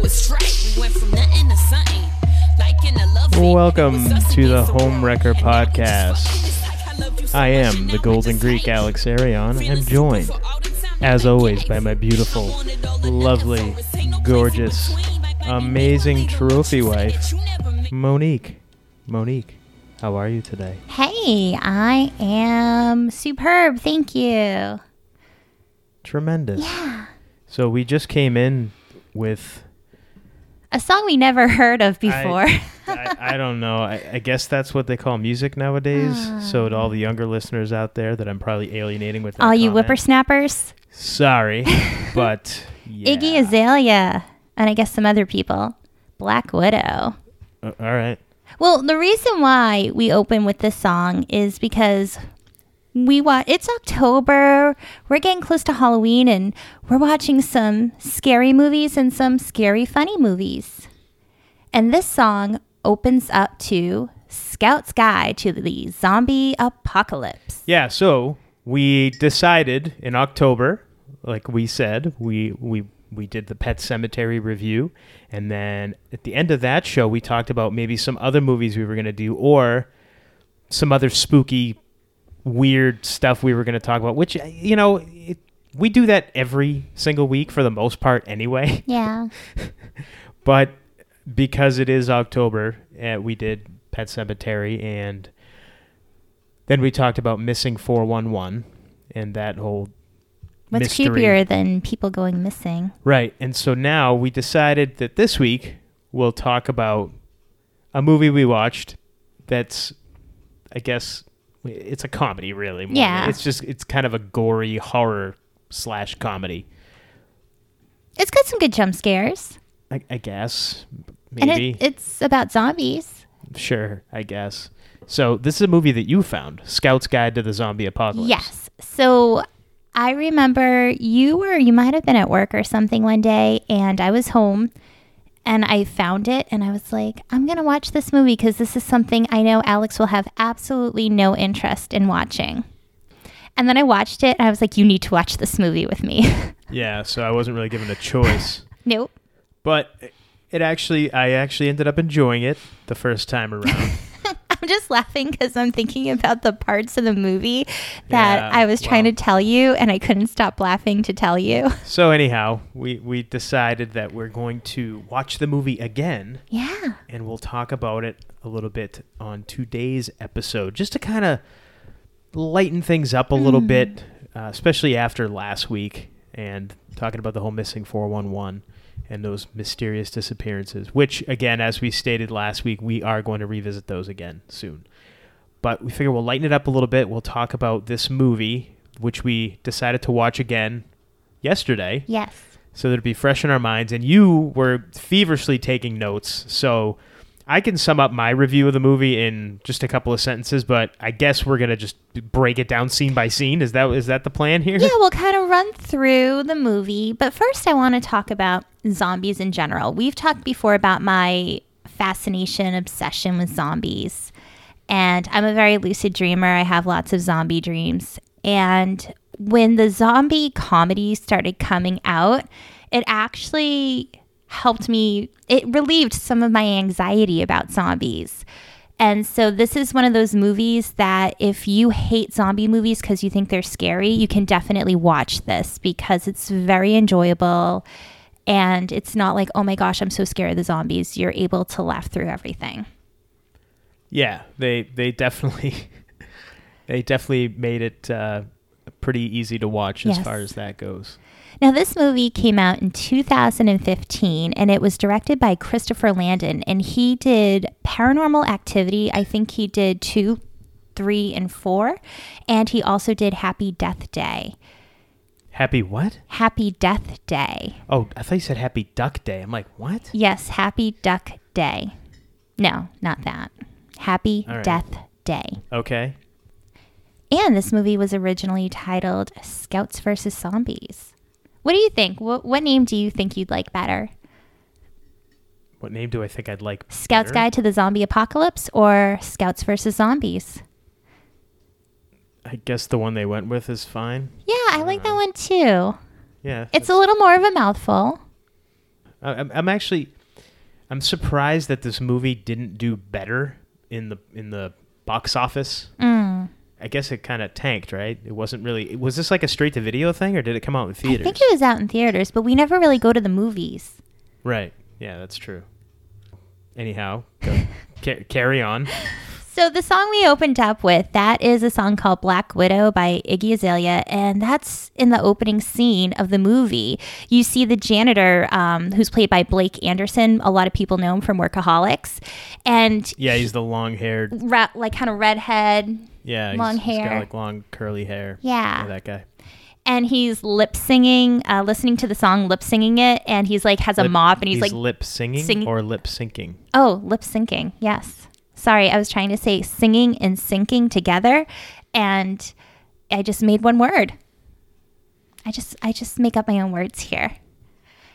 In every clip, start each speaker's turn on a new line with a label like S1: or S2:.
S1: was straight. We went from nothing to something. Like in a love scene,
S2: Welcome
S1: it was us
S2: to the
S1: against
S2: Home
S1: world.
S2: Wrecker
S1: And now we just
S2: Podcast.
S1: fucking, it's like I love you so
S2: I
S1: much,
S2: am
S1: and
S2: the
S1: now I
S2: Golden
S1: just
S2: Greek
S1: hate you.
S2: Alex Arion.
S1: Feeling
S2: I'm
S1: stupid
S2: joined,
S1: for all the time that
S2: as
S1: I
S2: always,
S1: gave.
S2: by my beautiful,
S1: I wanted all and
S2: lovely,
S1: nothing for it. Ain't no place
S2: gorgeous,
S1: in between. Might not be
S2: amazing
S1: legal.
S2: trophy
S1: Say that
S2: wife,
S1: you never make-
S2: Monique. Monique, how are you today?
S3: Hey, I am superb. Thank you.
S2: Tremendous. So we just came in with.
S3: A song we never heard of before.
S2: I, I don't know. I, I guess that's what they call music nowadays. so to all the younger listeners out there that I'm probably alienating with that
S3: All you
S2: comment,
S3: whippersnappers,
S2: Sorry, but yeah.
S3: Iggy Azalea, and I guess some other people. Black Widow.
S2: Uh, all right.
S3: Well, the reason why we open with this song is because we watch. It's October. We're getting close to Halloween, and we're watching some scary movies and some scary funny movies. And this song opens up to Scout's Guide to the Zombie Apocalypse.
S2: Yeah, so we decided in October, like we said, we we we did the Pet Cemetery review, and then at the end of that show, we talked about maybe some other movies we were gonna do or some other spooky, weird stuff we were gonna talk about. Which you know, it, we do that every single week for the most part, anyway.
S3: Yeah.
S2: but because it is October, uh, we did Pet Cemetery, and then we talked about missing four one one, and that whole
S3: What's
S2: mystery.
S3: creepier than people going missing?
S2: right. And so now we decided that this week we'll talk about a movie we watched. That's, I guess, it's a comedy, really. more than-
S3: Yeah.
S2: It's just it's kind of a gory horror slash comedy,
S3: It's got some good jump scares,
S2: I, I guess. Maybe
S3: and it, it's about zombies.
S2: Sure, I guess. So this is a movie that you found, Scout's Guide to the Zombie Apocalypse.
S3: Yes. So I remember you were, you might have been at work or something one day, and I was home and I found it and I was like, I'm going to watch this movie because this is something I know Alex will have absolutely no interest in watching. And then I watched it and I was like, you need to watch this movie with me.
S2: Yeah, so I wasn't really given a choice,
S3: nope.
S2: but it actually I actually ended up enjoying it the first time around.
S3: I'm just laughing because I'm thinking about the parts of the movie that
S2: Yeah,
S3: I was trying
S2: well.
S3: to tell you and I couldn't stop laughing to tell you.
S2: so anyhow, we we decided that we're going to watch the movie again
S3: Yeah.
S2: and we'll talk about it a little bit on today's episode just to kind of lighten things up a little bit, uh, especially after last week and talking about the whole missing 411 and those mysterious disappearances, which, again, as we stated last week, we are going to revisit those again soon. But we figure we'll lighten it up a little bit. We'll talk about this movie, which we decided to watch again yesterday
S3: Yes.
S2: so that it'd be fresh in our minds. And you were feverishly taking notes, so I can sum up my review of the movie in just a couple of sentences. But I guess we're gonna just break it down scene by scene. Is that is that the plan here?
S3: Yeah, we'll kind of run through the movie, but first I want to talk about zombies in general. We've talked before about my fascination, obsession with zombies. And I'm a very lucid dreamer. I have lots of zombie dreams. And when the zombie comedy started coming out, it actually helped me, it relieved some of my anxiety about zombies. And so this is one of those movies that if you hate zombie movies because you think they're scary, you can definitely watch this because it's very enjoyable and it's not like, oh my gosh, I'm so scared of the zombies. You're able to laugh through everything.
S2: Yeah, they they definitely they definitely made it uh, pretty easy to watch as
S3: Yes.
S2: far as that goes.
S3: Now, this movie came out in 2015 and it was directed by Christopher Landon. And he did Paranormal Activity. I think he did two, three, and four. And he also did Happy Death Day.
S2: Happy what?
S3: Happy Death Day.
S2: Oh, I thought you said Happy Duck Day. I'm like, what?
S3: Yes, Happy Duck Day. No, not that. Happy
S2: All right.
S3: Death Day.
S2: Okay.
S3: And this movie was originally titled Scouts versus Zombies. What do you think? What, what name do you think you'd like better?
S2: What name do I think I'd like?
S3: Scouts
S2: better?
S3: Guide to the Zombie Apocalypse or Scouts versus Zombies?
S2: I guess the one they went with is fine. Uh,
S3: Yeah, I like that one too.
S2: Yeah.
S3: It's a little more of a mouthful.
S2: I- I'm, I'm actually I'm surprised that this movie didn't do better in the in the box office.
S3: Mm.
S2: I guess it kind of tanked, right? It wasn't really. Was this like a straight to video thing, or did it come out in
S3: I
S2: theaters?
S3: think it was out in theaters, but we never really go to the movies.
S2: Right. Yeah, that's true. Anyhow, go, ca- carry on.
S3: So the song we opened up with, that is a song called Black Widow by Iggy Azalea, and that's in the opening scene of the movie. You see the janitor, um, who's played by Blake Anderson. A lot of people know him from Workaholics, and
S2: Yeah, he's the long-haired.
S3: ra- like kind of redhead,
S2: Yeah, he's-
S3: Long
S2: He's got
S3: hair.
S2: like long curly hair.
S3: Yeah.
S2: that guy.
S3: and he's lip singing, uh, listening to the song, lip singing it, and he's like has a
S2: Lip-
S3: mop, and he's, like,
S2: lip singing
S3: singing-
S2: or lip syncing.
S3: oh, lip syncing. Yes, sorry, I was trying to say singing and syncing together, and I just made one word. I just I just make up my own words here,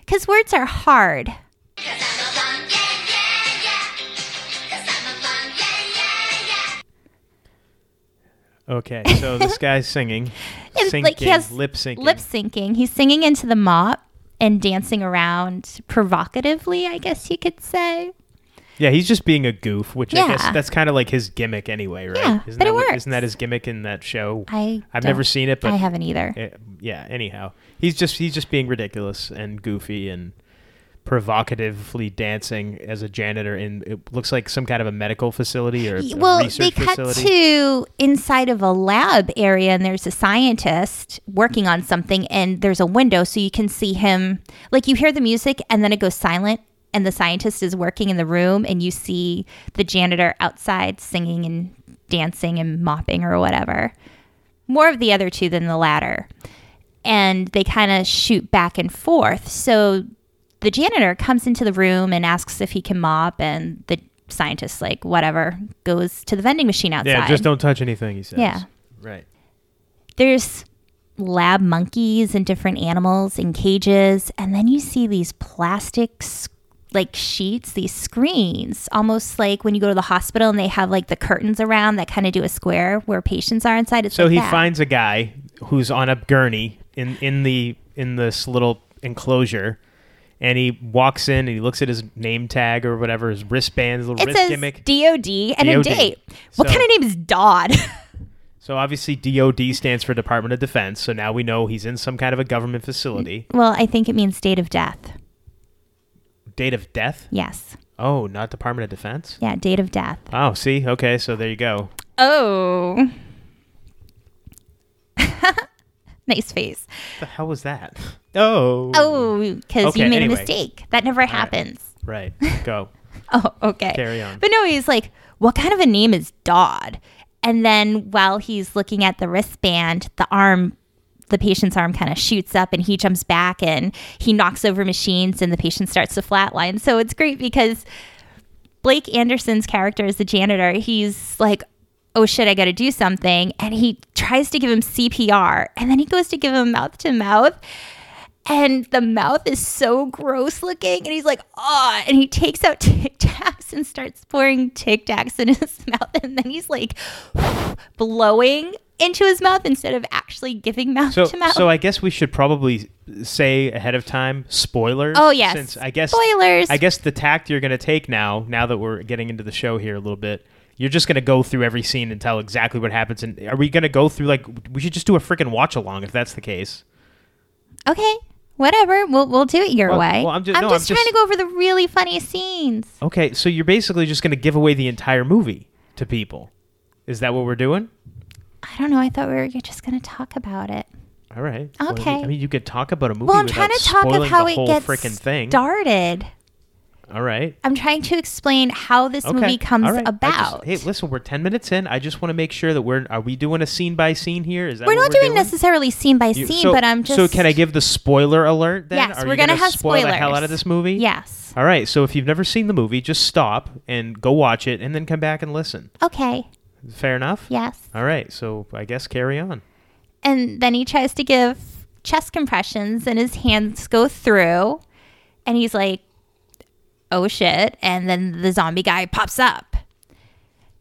S3: because words are hard.
S2: Okay, so this guy's singing,
S3: And,
S2: syncing,
S3: like, he has
S2: lip syncing.
S3: Lip syncing. He's singing into the mop and dancing around provocatively, I guess you could say.
S2: yeah, he's just being a goof, which I guess
S3: Yeah.
S2: that's kind of like his gimmick anyway, right?
S3: Yeah,
S2: isn't
S3: but
S2: that
S3: it
S2: what-
S3: works.
S2: Isn't that his gimmick in that show?
S3: I
S2: have never
S3: don't-
S2: seen it, but
S3: I haven't either.
S2: eh, yeah. Anyhow, he's just he's just being ridiculous and goofy and provocatively dancing as a janitor in it looks like some kind of a medical facility or a
S3: Y- well, they
S2: research
S3: cut
S2: facility.
S3: to inside of a lab area, and there's a scientist working on something, and there's a window, so you can see him. Like you hear the music, and then it goes silent, and the scientist is working in the room, and you see the janitor outside singing and dancing and mopping or whatever. More of the other two than the latter, and they kind of shoot back and forth. So the janitor comes into the room and asks if he can mop and the scientist like whatever goes to the vending machine outside
S2: yeah, just don't touch anything. He says.
S3: Yeah.
S2: Right.
S3: there's lab monkeys and different animals in cages and then you see these plastic s- like sheets these screens almost like when you go to the hospital and they have like the curtains around that kind of do a square where patients are inside it's
S2: So
S3: like
S2: he
S3: that.
S2: finds a guy who's on a gurney in in the in this little enclosure, and he walks in and he looks at his name tag or whatever his wristband, his little
S3: it
S2: wrist
S3: says
S2: gimmick.
S3: DOD and
S2: DOD.
S3: a date. What
S2: So-
S3: kind of name is Dodd?
S2: so obviously DoD stands for Department of Defense. So now we know he's in some kind of a government facility.
S3: well, I think it means date of death.
S2: Date of death?
S3: Yes.
S2: Oh, not Department of Defense.
S3: Yeah, date of death.
S2: Oh, see, okay, so there you go.
S3: Oh. nice face.
S2: What the hell was that? Oh,
S3: Oh, because
S2: Okay,
S3: you made
S2: anyway.
S3: a mistake. That never happens.
S2: right. Go
S3: Oh, okay.
S2: Carry on.
S3: But no, he's like, what kind of a name is Dodd? And then while he's looking at the wristband, the arm, the patient's arm kind of shoots up and he jumps back and he knocks over machines and the patient starts to flatline. So it's great because Blake Anderson's character is the janitor. He's like, oh shit, I got to do something. And he tries to give him CPR. And then he goes to give him mouth to mouth. And the mouth is so gross looking. And he's like, ah. And he takes out Tic Tacs and starts pouring Tic Tacs in his mouth. And then he's like blowing into his mouth instead of actually giving mouth
S2: So,
S3: to mouth.
S2: so I guess we should probably say ahead of time spoilers.
S3: Oh, yes.
S2: Since I guess
S3: Spoilers.
S2: I guess the tact you're going to take now, now that we're getting into the show here a little bit, you're just going to go through every scene and tell exactly what happens. And are we going to go through like we should just do a freaking watch along if that's the case?
S3: okay. Whatever, we'll, we'll do it your
S2: Well-
S3: way.
S2: well, I'm just- no, I'm
S3: trying
S2: just-
S3: to go over the really funny scenes.
S2: Okay, so you're basically just going to give away the entire movie to people. Is that what we're doing?
S3: I don't know. I thought we were just going to talk about it.
S2: All right. Well,
S3: Okay.
S2: I mean, you could talk about a movie.
S3: Well, I'm
S2: without
S3: trying to talk of
S2: spoiling
S3: how
S2: the
S3: it
S2: whole
S3: gets
S2: freaking thing.
S3: started.
S2: All right.
S3: I'm trying to explain how this movie comes
S2: All right. I just-
S3: about.
S2: hey, listen, we're ten minutes in. I just want to make sure that we're are we doing a scene by scene here? Is that
S3: we're
S2: what
S3: not doing,
S2: doing
S3: necessarily scene by
S2: You-
S3: scene,
S2: so-
S3: but I'm just.
S2: So can I give the spoiler alert? Then
S3: Yes,
S2: Are
S3: we're
S2: you
S3: gonna
S2: gonna
S3: have
S2: spoil the hell
S3: spoilers.
S2: out of this movie.
S3: Yes.
S2: All right. So if you've never seen the movie, just stop and go watch it, and then come back and listen.
S3: Okay.
S2: Fair enough.
S3: Yes.
S2: All right. So I guess carry on.
S3: And then he tries to give chest compressions, and his hands go through, and he's like, "Oh shit!" And then the zombie guy pops up.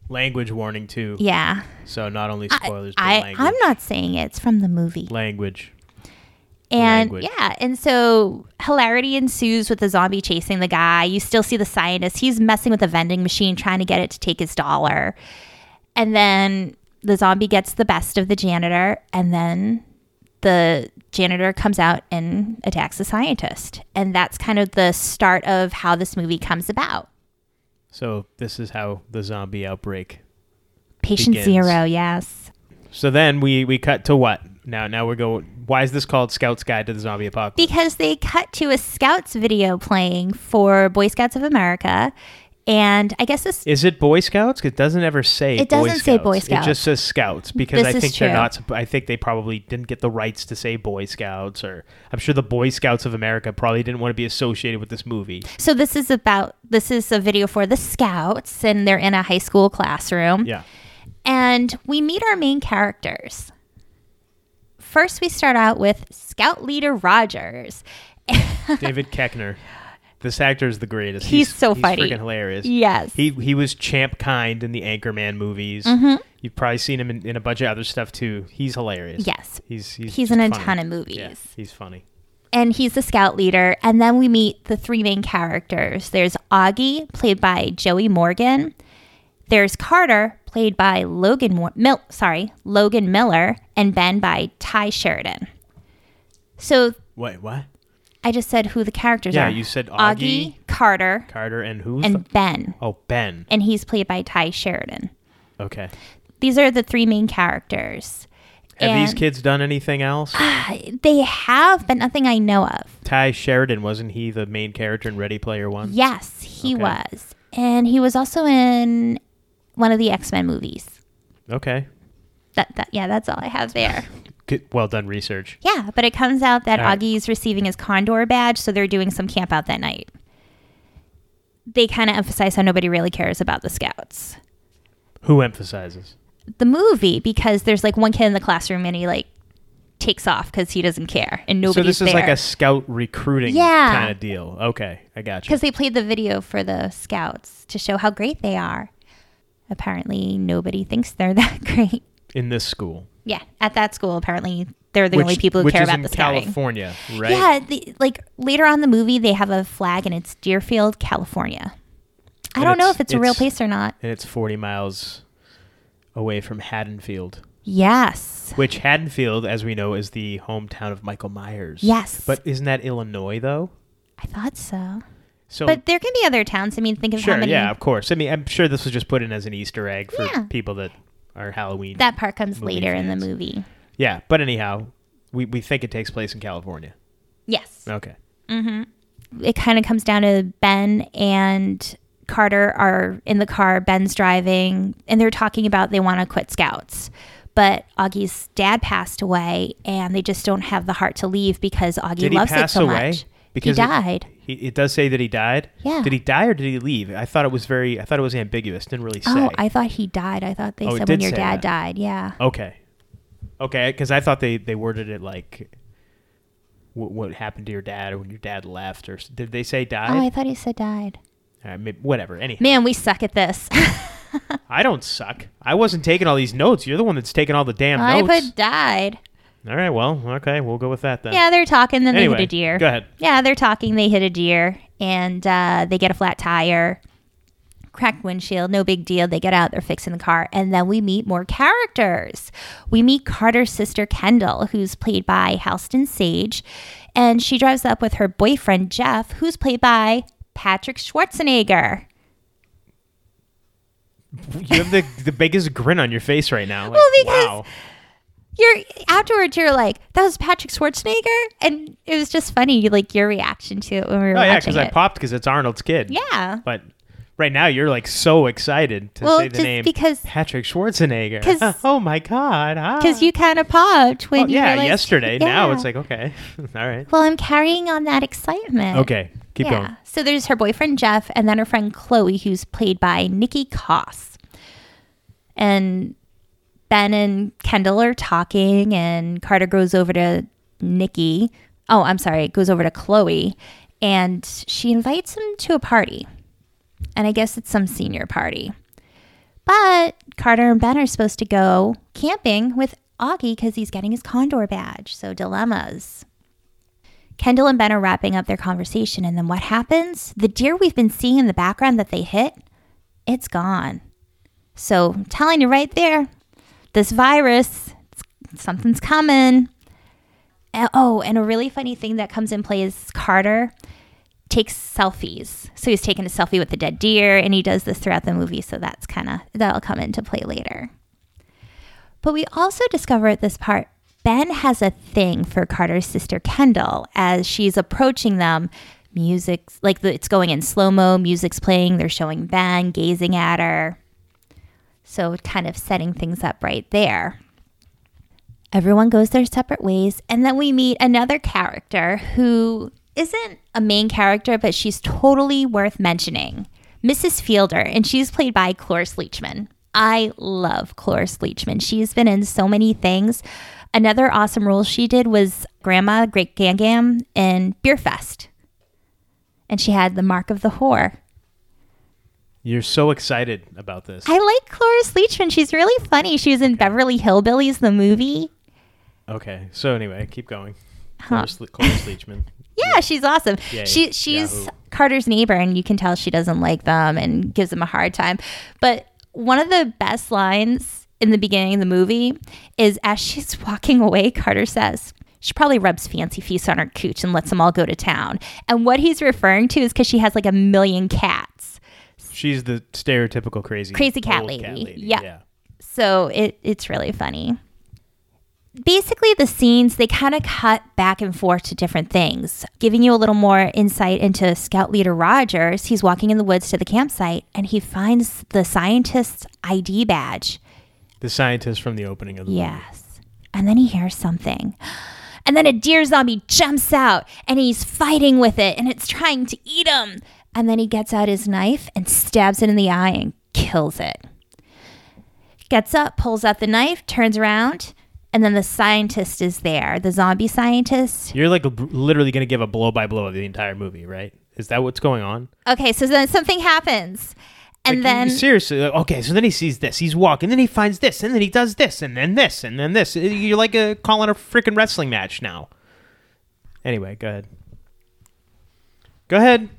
S2: Language warning too.
S3: Yeah.
S2: So not only
S3: I-
S2: spoilers, but
S3: I,
S2: language.
S3: I'm not saying it. it's from the movie.
S2: language.
S3: And
S2: Language.
S3: yeah, and so hilarity ensues with the zombie chasing the guy. You still see the scientist. He's messing with a vending machine trying to get it to take his dollar. And then the zombie gets the best of the janitor and then the janitor comes out and attacks the scientist. And that's kind of the start of how this movie comes about.
S2: So this is how the zombie outbreak.
S3: Patient
S2: Begins.
S3: zero, yes.
S2: So then we we cut to what? Now now we're going. Why is this called Scout's Guide to the Zombie Apocalypse?
S3: because they cut to a Scouts video playing for Boy Scouts of America, and I guess this
S2: Is it Boy Scouts? 'Cause It doesn't ever say.
S3: It doesn't say Boy
S2: It
S3: Scouts.
S2: just says Scouts because
S3: This
S2: I
S3: is
S2: think they're
S3: true.
S2: not. supp- I think they probably didn't get the rights to say Boy Scouts, or I'm sure the Boy Scouts of America probably didn't want to be associated with this movie.
S3: so this is about this is a video for the Scouts, and they're in a high school classroom,
S2: Yeah.
S3: and we meet our main characters. First, we start out with Scout leader Rogers.
S2: David Keckner. This actor is the greatest.
S3: He's so funny.
S2: freaking hilarious.
S3: Yes.
S2: He he was Champ Kind in the Anchorman movies.
S3: Mm-hmm.
S2: You've probably seen him in, in a bunch of other stuff too. He's hilarious.
S3: Yes.
S2: He's he's,
S3: He's
S2: just
S3: in a
S2: funny.
S3: ton of movies.
S2: Yeah, he's funny.
S3: and he's the scout leader. And then we meet the three main characters. There's Augie, played by Joey Morgan. There's Carter, played by Logan Mor- Mil- sorry Logan Miller, and Ben by Ty Sheridan. So
S2: Wait, what?
S3: I just said who the characters
S2: Yeah,
S3: are.
S2: you said Augie.
S3: Carter,
S2: Carter and who's
S3: and Ben,
S2: oh Ben.
S3: and he's played by Ty Sheridan.
S2: Okay.
S3: These are the three main characters.
S2: Have these
S3: And-
S2: kids done anything else?
S3: They have, but nothing I know of.
S2: Ty Sheridan wasn't he the main character in Ready Player One?
S3: Yes, he
S2: Okay.
S3: was. And he was also in one of the X-Men movies.
S2: Okay.
S3: That, that yeah, that's all I have there.
S2: Good, well done research.
S3: Yeah, but it comes out that
S2: All right.
S3: Augie's receiving his Condor badge, so they're doing some camp out that night. They kind of emphasize how nobody really cares about the scouts.
S2: Who emphasizes?
S3: The movie because there's like one kid in the classroom and he like takes off cuz he doesn't care and
S2: so
S3: nobody's
S2: this is like a scout recruiting
S3: Yeah.
S2: kind of deal. Okay, I got you.
S3: cuz they played the video for the scouts to show how great they are. Apparently, nobody thinks they're that great.
S2: In this school.
S3: Yeah, at that school, apparently they're the only people who
S2: which
S3: care
S2: is
S3: about
S2: in
S3: the scouting.
S2: California, right?
S3: Yeah, the, like later on in the movie, they have a flag and it's Deerfield, California. I
S2: And
S3: don't know
S2: it's-
S3: if it's a real
S2: it's-
S3: place or not.
S2: And it's 40 miles away from Haddonfield,
S3: Yes,
S2: which Haddonfield, as we know, is the hometown of Michael Myers.
S3: Yes.
S2: But isn't that Illinois, though?
S3: I thought so.
S2: So,
S3: But there can be other towns. I mean, think of
S2: sure,
S3: how many
S2: yeah, of course. I mean, I'm sure this was just put in as an Easter egg for
S3: Yeah.
S2: people that are Halloween.
S3: that part comes
S2: Movie
S3: later in
S2: fans.
S3: the movie.
S2: yeah, but anyhow, we, we think it takes place in California.
S3: Yes,
S2: Okay.
S3: it kind of comes down to Ben and Carter are in the car. Ben's driving, and they're talking about they want to quit scouts. But Augie's dad passed away, and they just don't have the heart to leave because Augie
S2: Did
S3: loves
S2: he pass
S3: it so
S2: away?
S3: much.
S2: Because
S3: he
S2: it-
S3: died.
S2: He, it does say that he died.
S3: Yeah.
S2: Did he die or did he leave? I thought it was very. I thought it was ambiguous. Didn't really say.
S3: oh, I thought he died. I thought they
S2: Oh, it
S3: said when
S2: did
S3: your
S2: say
S3: dad
S2: that.
S3: died. Yeah.
S2: Okay. Okay, because I thought they, they worded it like what, what happened to your dad or when your dad left or s- did they say died?
S3: Oh, I thought he said died.
S2: All right, maybe, whatever. Anyhow,
S3: Man, we suck at this.
S2: I don't suck. I wasn't taking all these notes. You're the one that's taking all the damn
S3: I
S2: notes.
S3: put died.
S2: All right, well, okay, we'll go with that then.
S3: Yeah, they're talking. Then
S2: Anyway,
S3: they hit a deer.
S2: go ahead.
S3: Yeah, they're talking. They hit a deer and uh, they get a flat tire, cracked windshield. No big deal. They get out. They're fixing the car. And then we meet more characters. We meet Carter's sister, Kendall, who's played by Halston Sage. And she drives up with her boyfriend, Jeff, who's played by Patrick Schwarzenegger.
S2: You have the, the biggest grin on your face right now. Like,
S3: because-
S2: wow.
S3: You're afterwards. You're like, that was Patrick Schwarzenegger, and it was just funny, like your reaction to it when we were
S2: Oh, yeah,
S3: watching
S2: because I
S3: it.
S2: popped because it's Arnold's kid.
S3: yeah,
S2: But right now you're like so excited to
S3: Well,
S2: say the
S3: just
S2: name
S3: because-
S2: Patrick Schwarzenegger.
S3: 'Cause-
S2: oh, my God.
S3: because
S2: ah.
S3: you kind of popped when
S2: Oh,
S3: you
S2: yeah,
S3: realized-
S2: yesterday. Now
S3: Yeah.
S2: it's like, okay. All right.
S3: well, I'm carrying on that excitement.
S2: Okay. Keep
S3: yeah.
S2: going.
S3: So there's her boyfriend Jeff, and then her friend Chloe, who's played by Nikki Koss. And Ben and Kendall are talking, and Carter goes over to Nikki. Oh, I'm sorry, goes over to Chloe, and she invites him to a party. And I guess it's some senior party. But Carter and Ben are supposed to go camping with Augie because he's getting his Condor badge. So dilemmas. Kendall and Ben are wrapping up their conversation, and then what happens? The deer we've been seeing in the background that they hit, it's gone. So, I'm telling you right there, this virus, it's- something's coming. And- Oh, and a really funny thing that comes in play is Carter takes selfies. So he's taking a selfie with the dead deer, and he does this throughout the movie. So that's kind of that'll come into play later. But we also discover at this part Ben has a thing for Carter's sister Kendall as she's approaching them. Music's like the, it's going in slow mo, music's playing, they're showing Ben gazing at her. So, kind of setting things up right there. Everyone goes their separate ways, and then we meet another character who isn't a main character, but she's totally worth mentioning Mrs. Fielder, and she's played by Cloris Leachman. I love Cloris Leachman. She's been in so many things. Another awesome role she did was Grandma Great Gangam in Beer Fest, and she had the Mark of the Whore.
S2: You're so excited about this.
S3: I like Cloris Leachman. She's really funny. She was in Beverly Hillbillies, the movie.
S2: okay. So anyway, keep going. Cloris, Le- Cloris Leachman.
S3: Yeah, she's awesome.
S2: Yeah,
S3: she she's
S2: Yahoo.
S3: Carter's neighbor, and you can tell she doesn't like them and gives them a hard time. But one of the best lines in the beginning of the movie is as she's walking away, Carter says. She probably rubs fancy feast on her cooch and lets them all go to town. And what he's referring to is because she has like a million cats.
S2: She's the stereotypical crazy
S3: Crazy cat
S2: old
S3: lady. Yeah.
S2: Yeah.
S3: So it, it's really funny. Basically, the scenes, they kind of cut back and forth to different things, giving you a little more insight into Scout Leader Rogers. He's walking in the woods to the campsite and he finds the scientist's ID badge.
S2: The scientist from the opening of the movie.
S3: Yes. And then he hears something. And then a deer zombie jumps out and he's fighting with it and it's trying to eat him. And then he gets out his knife and stabs it in the eye and kills it. Gets up, pulls out the knife, turns around, and then the scientist is there, the zombie scientist.
S2: You're like b- literally going to give a blow by blow of the entire movie, right? Is that what's going on?
S3: Okay, so then something happens. And
S2: Like, you-
S3: then
S2: seriously, like, okay. So then he sees this. He's walking. Then he finds this, and then he does this, and then this, and then this. Uh, You're like a calling a freaking wrestling match now. Anyway, go ahead. Go ahead.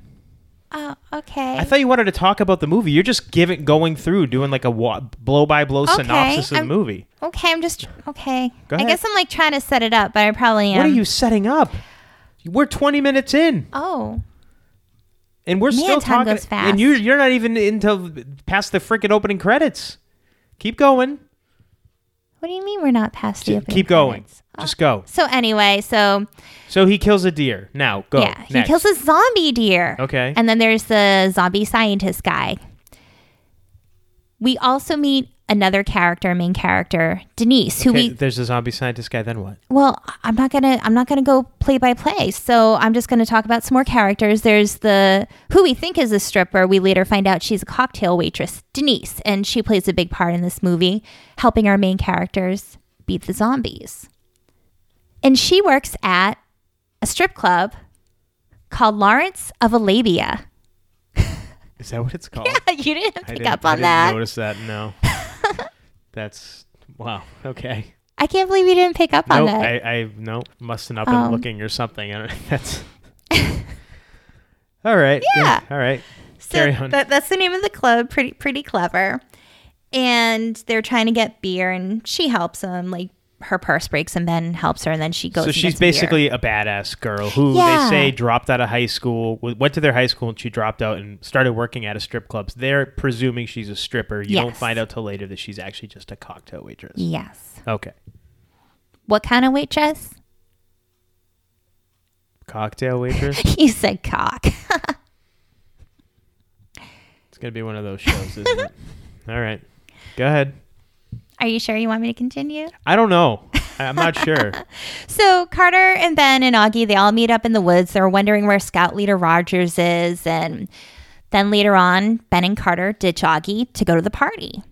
S3: oh, okay.
S2: I thought you wanted to talk about the movie. You're just giving going through doing like a wa- blow by blow
S3: Okay,
S2: synopsis of
S3: I'm-
S2: the movie.
S3: okay, I'm just okay.
S2: Go
S3: I
S2: ahead.
S3: guess I'm like trying to set it up, but I probably am.
S2: What are you setting up? We're 20 minutes in,
S3: Oh.
S2: and we're still
S3: time
S2: talking.
S3: goes fast.
S2: And you you're not even until past the freaking opening credits. Keep going.
S3: What do you mean we're not past the
S2: Ju-
S3: opening
S2: Keep going.
S3: credits? Uh.
S2: Just go.
S3: So anyway, so
S2: So he kills a deer. Now go.
S3: yeah, he
S2: Next.
S3: kills a zombie deer.
S2: Okay.
S3: And then there's the zombie scientist guy. We also meet another character, main character, Denise, who
S2: Okay,
S3: we
S2: there's a zombie scientist guy. Then what?
S3: well, I'm not gonna I'm not gonna go play by play. So I'm just gonna talk about some more characters. There's the who we think is a stripper. We later find out she's a cocktail waitress, Denise, and she plays a big part in this movie, helping our main characters beat the zombies. And she works at a strip club called Lawrence of Alabia.
S2: Is that what it's called?
S3: you didn't
S2: I
S3: pick
S2: didn't,
S3: up
S2: I
S3: on
S2: didn't
S3: that.
S2: Notice that? No. That's wow. Okay.
S3: I can't believe you didn't pick up
S2: No,
S3: on that.
S2: I, I no must not been
S3: Um,
S2: looking or something. I don't, that's all right.
S3: Yeah.
S2: All right.
S3: So
S2: Carry on.
S3: That, that's the name of the club. Pretty pretty clever. And they're trying to get beer, and she helps them. Like her purse breaks, and Ben helps her, and then she goes.
S2: So
S3: and
S2: she's
S3: gets beer.
S2: basically a badass girl who
S3: Yeah.
S2: they say dropped out of high school, w- went to their high school, and she dropped out and started working at a strip club. So they're presuming she's a stripper. You don't
S3: Yes.
S2: find out till later that she's actually just a cocktail waitress.
S3: yes.
S2: Okay.
S3: What kind of waitress?
S2: Cocktail waitress.
S3: you said cock.
S2: It's gonna be one of those shows, isn't it? All right, go ahead.
S3: Are you sure you want me to continue?
S2: I don't know. I- I'm not sure.
S3: So Carter and Ben and Augie, they all meet up in the woods. They're wondering where Scout Leader Rogers is, and then later on, Ben and Carter ditch Augie to go to the party.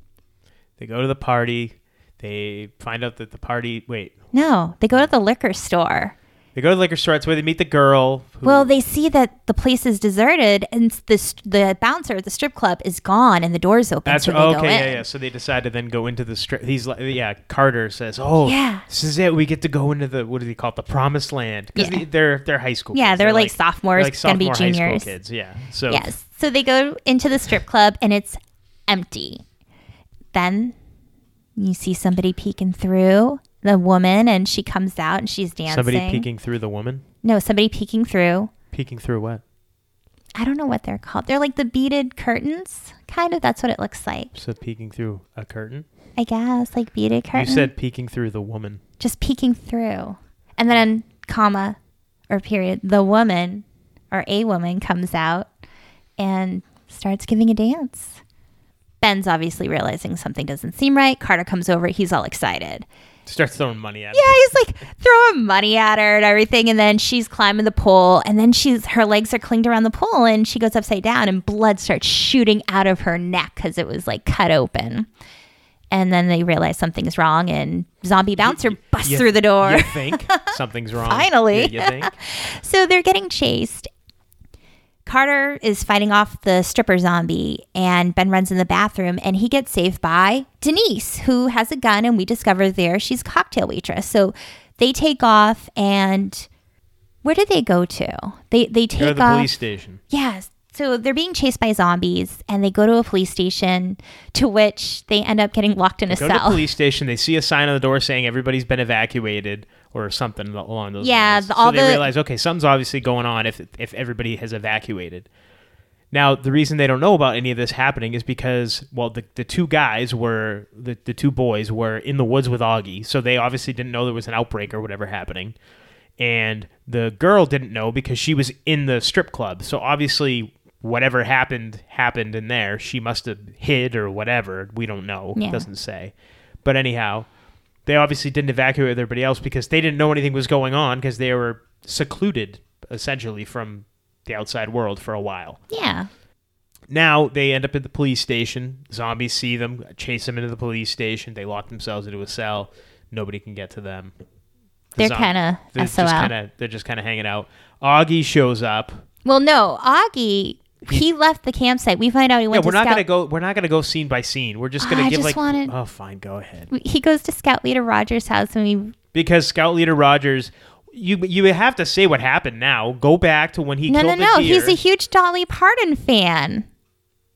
S2: They go to the party. They find out that the party. Wait,
S3: No, they go to the liquor store.
S2: They go to the liquor store. That's where they meet the girl. who-
S3: Well, they see that the place is deserted and s- the st- the bouncer at the strip club is gone and the door's open.
S2: That's
S3: so
S2: right.
S3: they go
S2: okay.
S3: in.
S2: Yeah, yeah. So they decide to then go into the strip. He's like, yeah. Carter says, "Oh,
S3: Yeah.
S2: this is it. We get to go into the what do they call it? The promised land? Because
S3: Yeah.
S2: they're they're high school.
S3: Yeah,
S2: kids.
S3: they're like sophomores, gonna be
S2: sophomore high school
S3: juniors.
S2: kids. Yeah. So
S3: Yes. So they go into the strip club and it's empty. Then you see somebody peeking through the woman and she comes out and she's dancing.
S2: somebody peeking through the woman,
S3: No, somebody peeking through.
S2: peeking through what?
S3: I don't know what they're called. They're like the beaded curtains. Kind of that's what it looks like.
S2: So peeking through a curtain.
S3: I guess like beaded curtain.
S2: You said peeking through the woman.
S3: just peeking through. And then comma or period, the woman or a woman comes out and starts giving a dance. Ben's obviously realizing something doesn't seem right. Carter comes over, he's all excited.
S2: Starts throwing money at.
S3: Yeah, he's like throwing money at her and everything. And then she's climbing the pole, and then she's her legs are clinged around the pole, and she goes upside down, and blood starts shooting out of her neck because it was like cut open. And then they realize something's wrong, and zombie bouncer busts
S2: You-
S3: through the door.
S2: You think something's wrong?
S3: Finally.
S2: Yeah, you think?
S3: So they're getting chased. Carter is fighting off the stripper zombie, and Ben runs in the bathroom and he gets saved by Denise, who has a gun. And we discover there she's a cocktail waitress. So they take off, and where do they go to? They they take
S2: Go to the
S3: off.
S2: police station.
S3: Yes. So they're being chased by zombies, and they go to a police station, to which they end up getting locked in a
S2: Go to the
S3: cell.
S2: police station. They see a sign on the door saying everybody's been evacuated or something al- along those
S3: Yeah,
S2: lines.
S3: the-
S2: so
S3: all
S2: they
S3: the-
S2: realize okay, something's obviously going on if if everybody has evacuated. Now the reason they don't know about any of this happening is because well the, the two guys were the, the two boys were in the woods with Augie, so they obviously didn't know there was an outbreak or whatever happening. And the girl didn't know because she was in the strip club. So obviously whatever happened happened in there. She must have hid or whatever. We don't know.
S3: Yeah.
S2: It doesn't say. But anyhow, they obviously didn't evacuate everybody else because they didn't know anything was going on because they were secluded essentially from the outside world for a while.
S3: yeah.
S2: Now they end up at the police station. Zombies see them, chase them into the police station. They lock themselves into a cell. Nobody can get to them.
S3: They're
S2: zom-
S3: kinda
S2: they're
S3: SOL.
S2: Just kinda, they're just kind of hanging out. Augie shows up.
S3: Well, no, Augie. He left the campsite. We find out he
S2: Yeah,
S3: went
S2: we're
S3: to
S2: not
S3: Scout
S2: gonna go. We're not gonna go scene by scene. We're just gonna
S3: Ah, I
S2: give
S3: just
S2: like.
S3: wanted-
S2: Oh, fine. Go ahead.
S3: he goes to scout leader Rogers' house and we
S2: Because Scout Leader Rogers, you you have to say what happened now. Go back to when he
S3: no no
S2: killed the
S3: no
S2: deer.
S3: he's a huge Dolly Parton fan.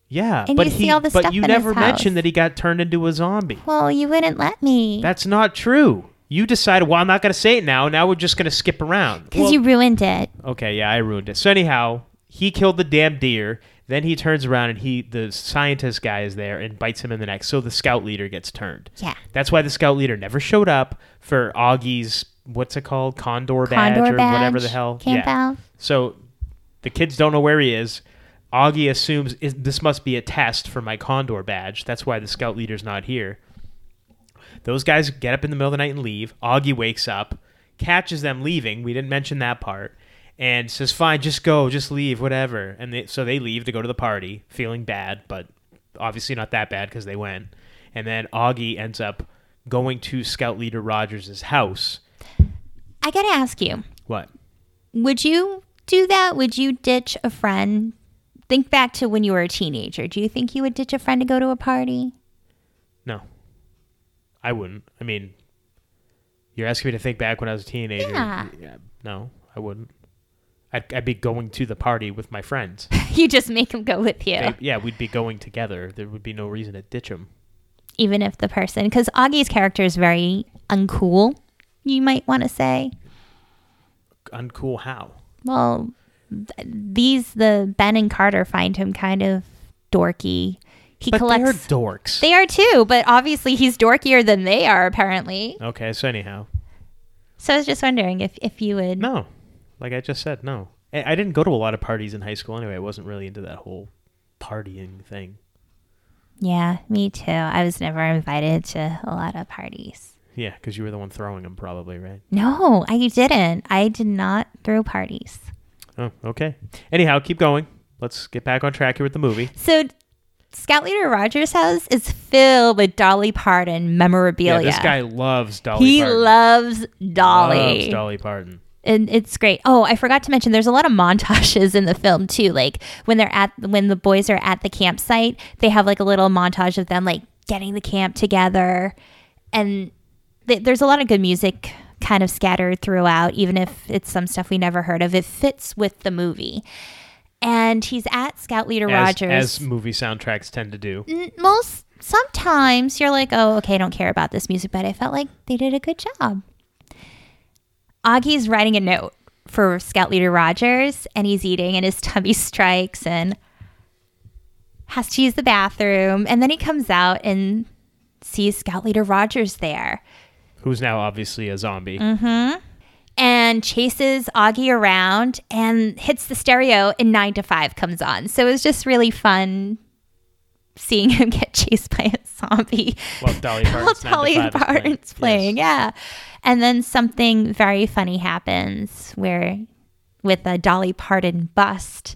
S2: yeah,
S3: and
S2: but
S3: you see
S2: he,
S3: all the
S2: but
S3: stuff
S2: you
S3: in his
S2: never
S3: house.
S2: mentioned that he got turned into a zombie.
S3: Well, you wouldn't let me
S2: That's not true. You decided, well, I'm not going to say it now. Now we're just going to skip around.
S3: because
S2: Well-
S3: you ruined it.
S2: okay, yeah, I ruined it. So anyhow, he killed the damn deer. Then he turns around and he, the scientist guy is there and bites him in the neck. So the scout leader gets turned.
S3: Yeah.
S2: That's why the scout leader never showed up for Augie's, what's it called? Condor badge
S3: Condor
S2: or
S3: badge,
S2: whatever the hell.
S3: camp
S2: yeah.
S3: out.
S2: So the kids don't know where he is. Augie assumes "Is- this must be a test for my Condor badge. That's why the scout leader's not here. Those guys get up in the middle of the night and leave. Augie wakes up, catches them leaving. We didn't mention that part. And says, fine, just go, just leave, whatever. And they, so they leave to go to the party, feeling bad, but obviously not that bad because they went. And then Augie ends up going to Scout Leader Rogers' house.
S3: I gotta ask you,
S2: What?
S3: would you do that? Would you ditch a friend? Think back to when you were a teenager. Do you think you would ditch a friend to go to a party?
S2: No. I wouldn't. I mean, you're asking me to think back when I was a teenager.
S3: Yeah.
S2: No, I wouldn't. I'd, I'd be going to the party with my friends.
S3: you just make them go with you,
S2: They- yeah, we'd be going together. There would be no reason to ditch them.
S3: even if the person, because Augie's character is very uncool. You might want to say.
S2: Uncool how?
S3: Well, th- these the Ben and Carter find him kind of dorky. He
S2: But
S3: collects.
S2: they're dorks.
S3: They are too, but obviously he's dorkier than they are apparently.
S2: okay, so anyhow,
S3: So I was just wondering if if you would.
S2: no. Like I just said, no. I, I didn't go to a lot of parties in high school anyway. I wasn't really into that whole partying thing.
S3: Yeah, me too. I was never invited to a lot of parties.
S2: Yeah, because you were the one throwing them, probably, right?
S3: No, I didn't. I did not throw parties.
S2: Oh, okay. Anyhow, keep going. Let's get back on track here with the movie.
S3: So Scout Leader Rogers' house is filled with Dolly Parton memorabilia.
S2: Yeah, this guy loves Dolly
S3: he
S2: Parton.
S3: loves Dolly.
S2: Loves Dolly Parton.
S3: and it's great. Oh, I forgot to mention there's a lot of montages in the film too. Like when they're at when the boys are at the campsite, they have like a little montage of them like getting the camp together, and th- there's a lot of good music kind of scattered throughout. Even if it's some stuff we never heard of, it fits with the movie. And he's at Scout Leader
S2: as,
S3: Rogers.
S2: as movie soundtracks tend to do.
S3: N- most sometimes you're like, oh, okay, I don't care about this music, but I felt like they did a good job. Augie's writing a note for Scout Leader Rogers, and he's eating, and his tummy strikes, and has to use the bathroom, and then he comes out and sees Scout Leader Rogers there,
S2: Who's now obviously a zombie.
S3: Mm. and chases Augie around and hits the stereo, and Nine to Five comes on. So it was just really fun seeing him get chased by a zombie.
S2: Well, Dolly Parton's
S3: While Dolly
S2: 9 to 5 is playing.
S3: Parton's playing.
S2: Yes.
S3: Yeah. And then something very funny happens where with a Dolly Parton bust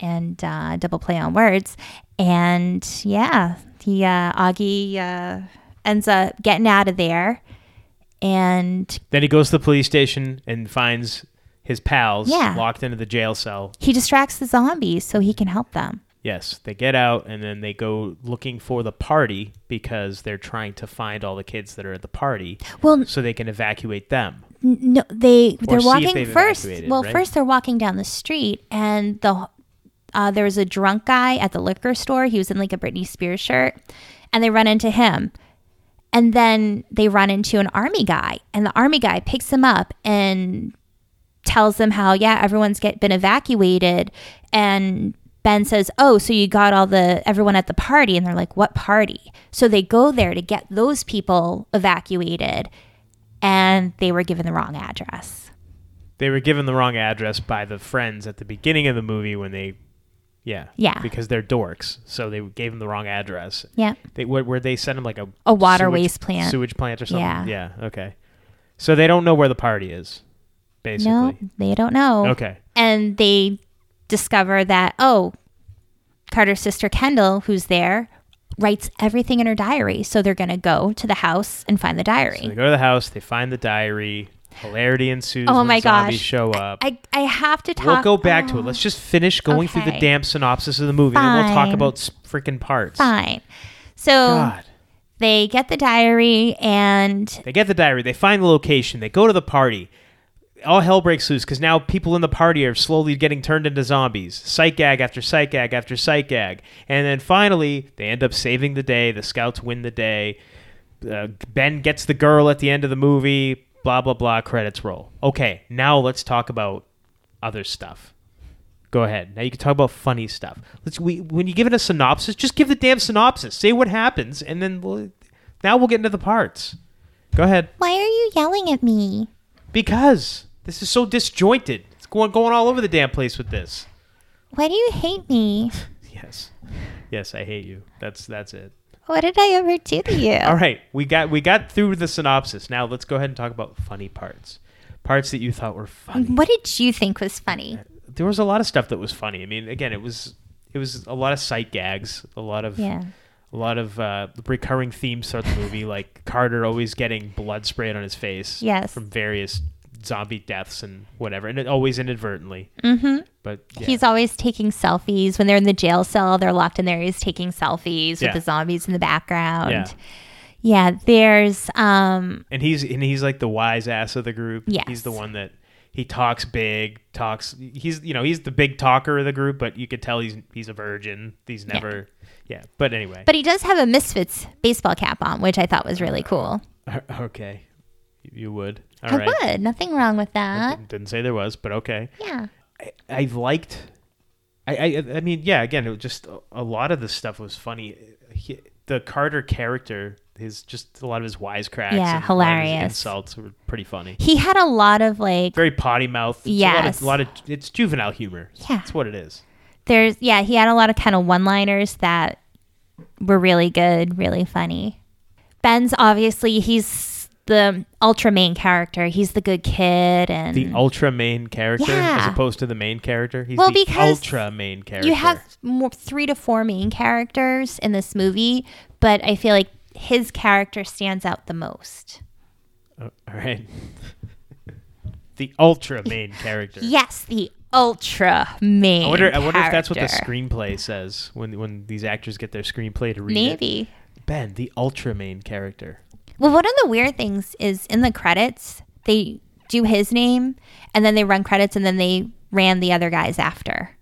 S3: and uh, double play on words. And yeah, he, uh, Augie uh, ends up getting out of there. And
S2: Then he goes to the police station and finds his pals
S3: Yeah.
S2: locked into the jail cell.
S3: he distracts the zombies so he can help them.
S2: Yes, they get out and then they go looking for the party because they're trying to find all the kids that are at the party
S3: Well,
S2: so they can evacuate them.
S3: N- No, they
S2: Or
S3: they're
S2: see if
S3: walking
S2: they've
S3: first.
S2: evacuated,
S3: Well,
S2: right?
S3: first they're walking down the street, and the uh, there was a drunk guy at the liquor store. He was in like a Britney Spears shirt, and they run into him, and then they run into an army guy, and the army guy picks him up and tells them how yeah everyone's get been evacuated, and Ben says, "Oh, so you got all the everyone at the party?" And they're like, "What party?" So they go there to get those people evacuated and they were given the wrong address.
S2: They were given the wrong address by the friends at the beginning of the movie when they yeah.
S3: Yeah.
S2: Because they're dorks. So they gave him the wrong address.
S3: Yeah.
S2: They where, where they sent him like a
S3: A water
S2: sewage-
S3: waste plant.
S2: Sewage plant or something.
S3: Yeah.
S2: Yeah. Okay. So they don't know where the party is, basically.
S3: No, they don't know.
S2: Okay.
S3: And they discover that, oh, Carter's sister Kendall, who's there, writes everything in her diary. So they're going to go to the house and find the diary.
S2: So they go to the house, they find the diary, hilarity ensues.
S3: Oh
S2: when
S3: my
S2: zombies
S3: gosh.
S2: show up.
S3: I, I have to talk.
S2: We'll go back to it. Let's just finish going through the
S3: Okay.
S2: damn synopsis of the movie, and then we'll talk
S3: Fine.
S2: about s- freaking parts.
S3: Fine. So
S2: God.
S3: they get the diary and
S2: They get the diary. They find the location. They go to the party. All hell breaks loose because now people in the party are slowly getting turned into zombies. Sight gag after sight gag after sight gag. And then finally, they end up saving the day. The scouts win the day. Uh, ben gets the girl at the end of the movie. Blah, blah, blah. Credits roll. Okay, now let's talk about other stuff. Go ahead. Now you can talk about funny stuff. Let's we when you give it a synopsis, just give the damn synopsis. Say what happens, and then we'll, now we'll get into the parts. Go ahead.
S3: why are you yelling at me?
S2: Because this is so disjointed. It's going going all over the damn place with this.
S3: Why do you hate me?
S2: Yes. Yes, I hate you. That's that's it.
S3: What did I ever do to you?
S2: All right. We got we got through the synopsis. Now let's go ahead and talk about funny parts. Parts that you thought were funny.
S3: What did you think was funny?
S2: There was a lot of stuff that was funny. I mean, again, it was it was a lot of sight gags, a lot of
S3: Yeah.
S2: a lot of uh, recurring themes throughout the movie, like Carter always getting blood sprayed on his face
S3: Yes.
S2: from various zombie deaths and whatever, and it always inadvertently.
S3: Mm-hmm.
S2: But yeah.
S3: He's always taking selfies when they're in the jail cell. They're locked in there. He's taking selfies
S2: Yeah.
S3: with the zombies in the background.
S2: Yeah.
S3: Yeah, there's um
S2: and he's and he's like the wise ass of the group. he's
S3: Yes.
S2: the one that he talks big, talks. He's you know he's the big talker of the group, but you could tell he's he's a virgin. He's never yeah. But anyway,
S3: but he does have a Misfits baseball cap on, which I thought was really cool.
S2: okay, you would all
S3: I
S2: right.
S3: would. Nothing wrong with that.
S2: Didn't- Didn't say there was, but okay.
S3: Yeah.
S2: I've liked. I, I I mean yeah again it was just a, a lot of this stuff was funny. He, the Carter character, his just a lot of his wisecracks,
S3: Yeah,
S2: and a lot of his
S3: hilarious.
S2: insults were pretty funny.
S3: He had a lot of like
S2: very potty mouth. It's
S3: Yes.
S2: a lot of, lot of it's juvenile humor.
S3: Yeah.
S2: that's what it is.
S3: there's yeah, he had a lot of kind of one-liners that were really good, really funny. Ben's obviously he's the ultra main character. He's the good kid and
S2: The ultra main character, as
S3: Yeah.
S2: opposed to the main character. He's
S3: Well,
S2: the
S3: because
S2: ultra main character.
S3: you have more, three to four main characters in this movie, but I feel like his character stands out the most.
S2: Oh, all right. the ultra main character.
S3: Yes, the ultra main.
S2: I wonder. I wonder if that's what the
S3: character.
S2: screenplay says when when these actors get their screenplay to read. it.
S3: Maybe.
S2: Ben, the ultra main character.
S3: Well, one of the weird things is in the credits, they do his name and then they run credits and then they ran the other guys after.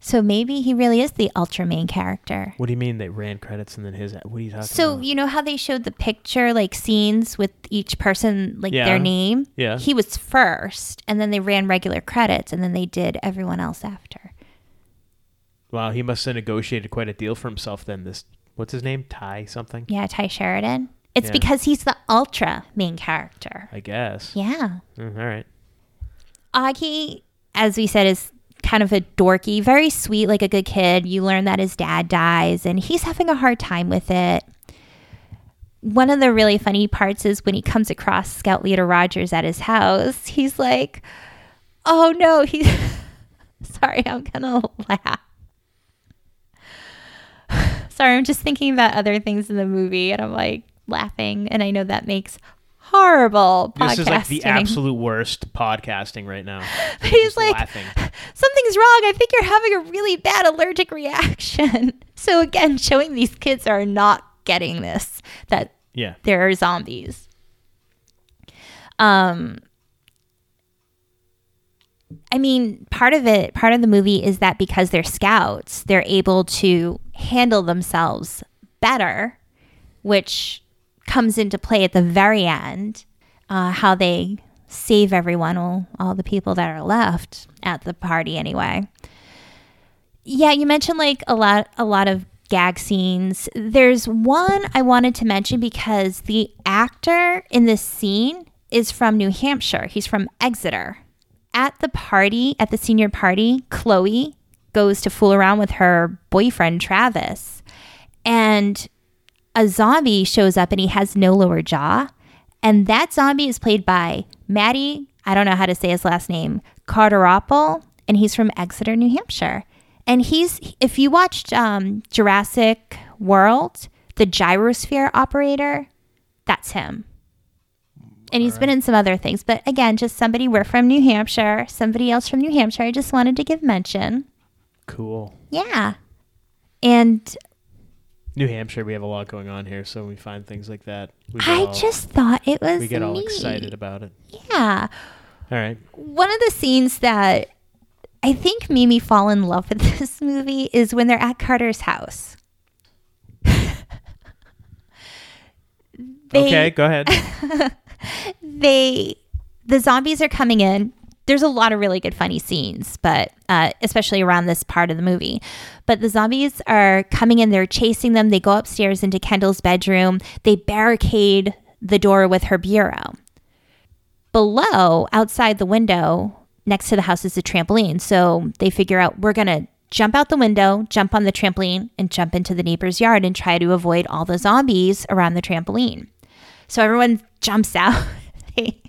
S3: So maybe he really is the ultra main character.
S2: What do you mean they ran credits and then his? What are you talking
S3: So
S2: about?
S3: you know how they showed the picture like scenes with each person like
S2: Yeah.
S3: their name?
S2: Yeah.
S3: He was first and then they ran regular credits and then they did everyone else after.
S2: wow, he must have negotiated quite a deal for himself. Then this, what's his name? Ty something.
S3: Yeah, Ty Sheridan. It's
S2: Yeah.
S3: because he's the ultra main character.
S2: I guess.
S3: Yeah.
S2: Mm, all right.
S3: Augie, as we said, is kind of a dorky, very sweet, like a good kid. You learn that his dad dies and he's having a hard time with it. One of the really funny parts is when he comes across Scout Leader Rogers at his house, he's like, Oh no, he sorry, I'm gonna laugh. sorry, I'm just thinking about other things in the movie and I'm like laughing, and I know that makes horrible podcasting.
S2: This is like the absolute worst podcasting right now. We're
S3: He's
S2: just
S3: like-
S2: laughing.
S3: something's wrong. I think you're having a really bad allergic reaction. So again, showing these kids are not getting this that
S2: Yeah.
S3: there are zombies. Um I mean, part of it, part of the movie is that because they're scouts, they're able to handle themselves better, which comes into play at the very end. Uh, how they save everyone, all, all the people that are left at the party, anyway. Yeah, you mentioned like a lot a lot of gag scenes. There's one I wanted to mention because the actor in this scene is from New Hampshire. He's from Exeter. At the party, at the senior party, Chloe goes to fool around with her boyfriend Travis. And a zombie shows up and he has no lower jaw. And that zombie is played by Matty, I don't know how to say his last name, Carteropple, and he's from Exeter, New Hampshire. And he's, if you watched um, Jurassic World, the gyrosphere operator, that's him. And he's been in some other things. But again, just somebody, we're from New Hampshire, somebody else from New Hampshire. I just wanted to give mention.
S2: Cool.
S3: Yeah. And
S2: New Hampshire, we have a lot going on here, so we find things like that. We get
S3: I
S2: all-
S3: just thought it was
S2: we get all
S3: neat.
S2: excited about it.
S3: Yeah.
S2: All right.
S3: One of the scenes that I think made me fall in love with this movie is when they're at Carter's house. They-
S2: okay, go ahead.
S3: they the zombies are coming in there's a lot of really good funny scenes but uh, especially around this part of the movie but the zombies are coming in they're chasing them they go upstairs into kendall's bedroom they barricade the door with her bureau below outside the window next to the house is a trampoline so they figure out we're going to jump out the window jump on the trampoline and jump into the neighbor's yard and try to avoid all the zombies around the trampoline so everyone jumps out. they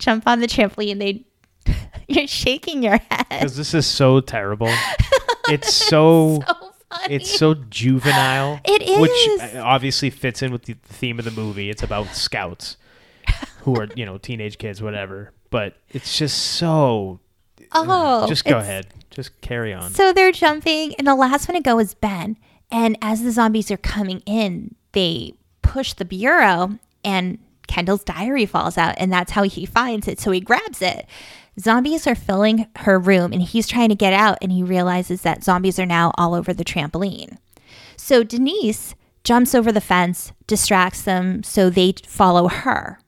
S3: jump on the trampoline. They you're shaking your head.
S2: Because this is so terrible. It's so.
S3: So funny.
S2: It's so juvenile.
S3: It is.
S2: Which uh, obviously fits in with the theme of the movie. It's about scouts who are, you know, teenage kids, whatever. But it's just so.
S3: oh,
S2: just go
S3: it's-
S2: ahead. Just carry on.
S3: So they're jumping, and the last one to go is Ben. And as the zombies are coming in, they push the bureau, and Kendall's diary falls out, and that's how he finds it. So he grabs it. Zombies are filling her room, and he's trying to get out, and he realizes that zombies are now all over the trampoline. So Denise jumps over the fence, distracts them, so they follow her.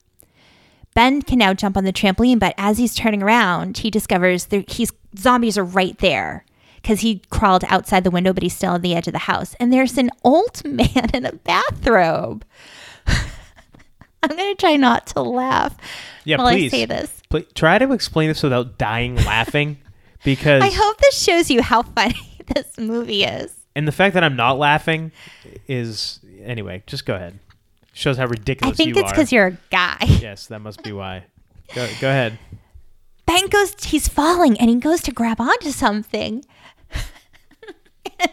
S3: Ben can now jump on the trampoline, but as he's turning around, he discovers that he's zombies are right there because he crawled outside the window, but he's still on the edge of the house. And there's an old man in a bathrobe. I'm gonna try not to laugh
S2: yeah,
S3: while
S2: please.
S3: I say this.
S2: Pl- try to explain this without dying laughing. Because
S3: I hope this shows you how funny this movie is.
S2: and the fact that I'm not laughing is anyway. Just go ahead. Shows how
S3: I
S2: ridiculous.
S3: think
S2: you
S3: it's
S2: are.
S3: because you're a guy.
S2: Yes, that must be why. Go, go ahead.
S3: Ben goes, he's falling and he goes to grab onto something.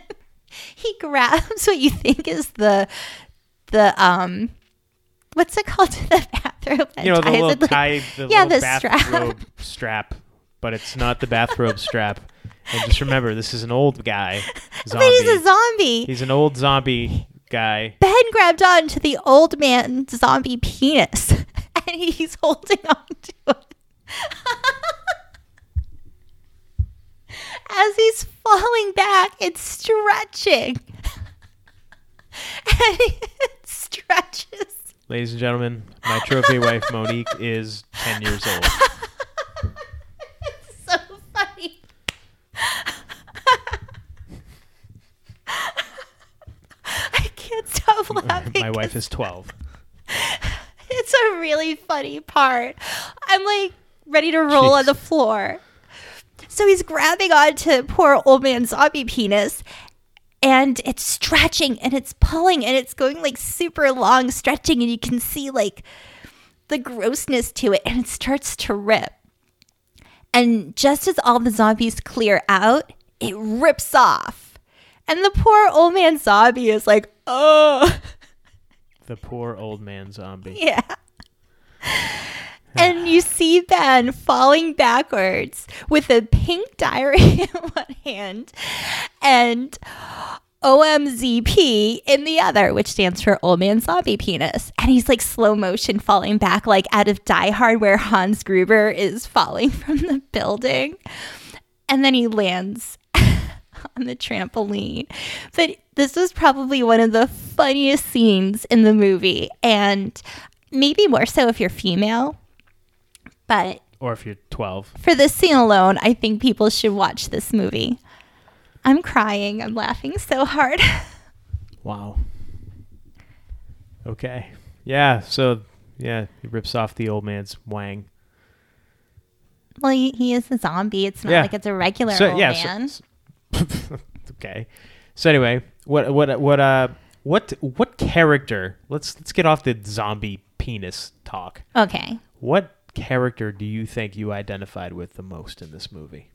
S3: he grabs what you think is the, the, um, what's it called in the Throwback
S2: you know the
S3: ties
S2: little
S3: and, like-
S2: tie, the
S3: yeah,
S2: little
S3: the strap.
S2: bathrobe strap. but it's not the bathrobe strap. And just remember, this is an old guy, zombie.
S3: But he's a zombie.
S2: He's an old zombie guy.
S3: Ben grabbed on to the old man zombie penis and he's holding on to it. As he's falling back, it's stretching. and it stretches.
S2: Ladies and gentlemen, my trophy wife Monique is 10 years old.
S3: It's so funny. I can't stop laughing.
S2: My wife is 12.
S3: It's a really funny part. I'm like ready to roll on the floor. So he's grabbing onto poor old man zombie penis and it's stretching and it's pulling and it's going like super long stretching and you can see like the grossness to it and it starts to rip. And just as all the zombies clear out, it rips off. And the poor old man zombie is like, oh.
S2: The poor old man zombie.
S3: Yeah. And you see Ben falling backwards with a pink diary in one hand and OMZP in the other, which stands for Old Man Zombie Penis. And he's like slow motion falling back, like out of Die Hard, where Hans Gruber is falling from the building. And then he lands on the trampoline. But this was probably one of the funniest scenes in the movie, and maybe more so if you're female. But
S2: Or if you're 12.
S3: for this scene alone, I think people should watch this movie. I'm crying. I'm laughing so hard.
S2: Wow. Okay. Yeah, so yeah, he rips off the old man's wang.
S3: well, he, he is a zombie. It's not
S2: Yeah.
S3: like it's a regular old
S2: yeah, so-
S3: man.
S2: so- okay. So anyway, what what what uh what what character? Let's let's get off the zombie penis talk.
S3: okay.
S2: What character do you think you identified with the most in this movie?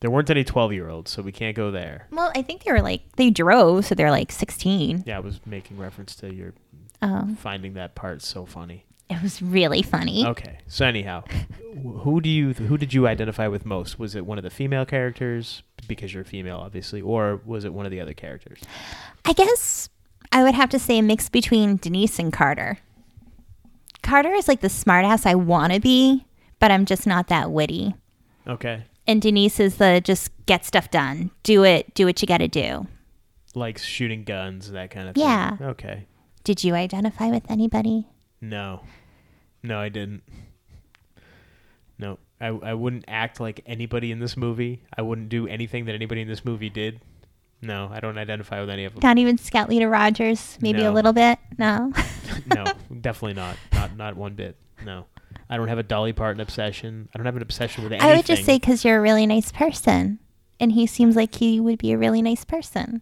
S2: There weren't any 12 year olds, so we can't go there.
S3: Well, I think they were like, they drove, so they're like 16.
S2: Yeah, I was making reference to your
S3: Oh,
S2: finding that part so funny.
S3: it was really funny.
S2: Okay, so anyhow, wh- who do you who did you identify with most? Was it one of the female characters because you're female, obviously, or was it one of the other characters?
S3: I guess I would have to say a mix between Denise and Carter. Carter is like the smartass I want to be, but I'm just not that witty.
S2: Okay,
S3: And Denise is the just get stuff done, do it, do what you got to do.
S2: like shooting guns, that kind of thing.
S3: Yeah.
S2: Okay.
S3: Did you identify with anybody?
S2: No, no, I didn't. No, I I wouldn't act like anybody in this movie. I wouldn't do anything that anybody in this movie did. No, I don't identify with any of them.
S3: Not even Scout Leader Rogers? Maybe
S2: No.
S3: a little bit? No.
S2: no, definitely not. Not not one bit. No. I don't have a Dolly Parton obsession. I don't have an obsession with anything.
S3: I would just say because you're a really nice person. And he seems like he would be a really nice person.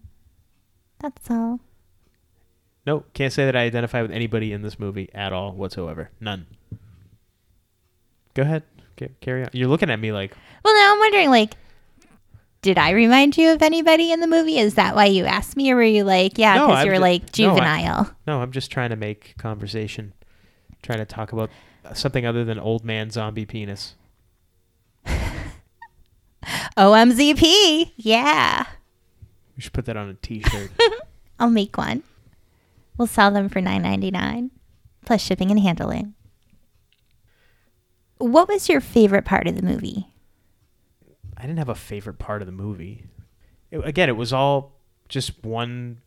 S3: That's all.
S2: no. Can't say that I identify with anybody in this movie at all whatsoever. None. Go ahead. Ca- Carry on. You're looking at me like
S3: Well, now I'm wondering, like, did I remind you of anybody in the movie? Is that why you asked me, or were you like, yeah,
S2: No,
S3: because
S2: I'm
S3: you're
S2: ju-
S3: like
S2: no, I-
S3: juvenile?
S2: no. I'm just trying to make conversation. Trying to talk about something other than old man zombie penis.
S3: OMZP, yeah,
S2: We should put that on a T-shirt.
S3: I'll make one. We'll sell them for nine ninety nine, plus shipping and handling. What was your favorite part of the movie?
S2: I didn't have a favorite part of the movie. It- again, it was all just one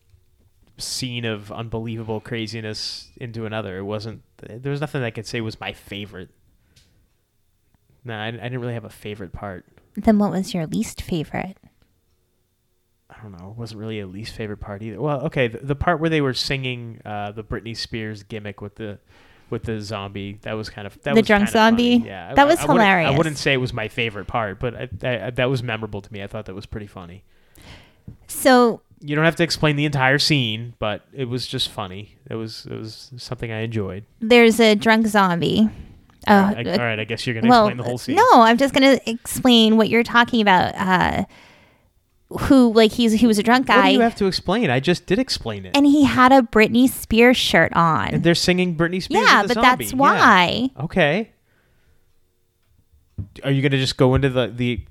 S2: scene of unbelievable craziness into another. It wasn't. There was nothing I could say was my favorite. No, I, I didn't really have a favorite part.
S3: Then what was your least favorite?
S2: I don't know. It wasn't really a least favorite part either. Well, okay, the, the part where they were singing uh, the Britney Spears gimmick with the with the zombie that was kind of that
S3: The
S2: was
S3: drunk
S2: kind of funny.
S3: zombie?
S2: Yeah, I-
S3: That was
S2: I wouldn't- I
S3: hilarious.
S2: wouldn't say it was my favorite part, but I, I, I- that was memorable to me. I thought that was pretty funny.
S3: So
S2: you don't have to explain the entire scene, but it was just funny. It was it was something I enjoyed.
S3: there's a drunk zombie. Oh,
S2: all, right, I,
S3: uh,
S2: all right, I guess you're gonna explain the whole scene.
S3: No, I'm just going to explain what you're talking about. Uh, who like he's he was a drunk
S2: What do you
S3: guy
S2: have to explain? I just did explain it.
S3: and he had a Britney Spears shirt on.
S2: And they're singing Britney Spears.
S3: yeah,
S2: and the
S3: but
S2: zombie.
S3: that's
S2: Yeah.
S3: why.
S2: Okay. Are you gonna just go into the the?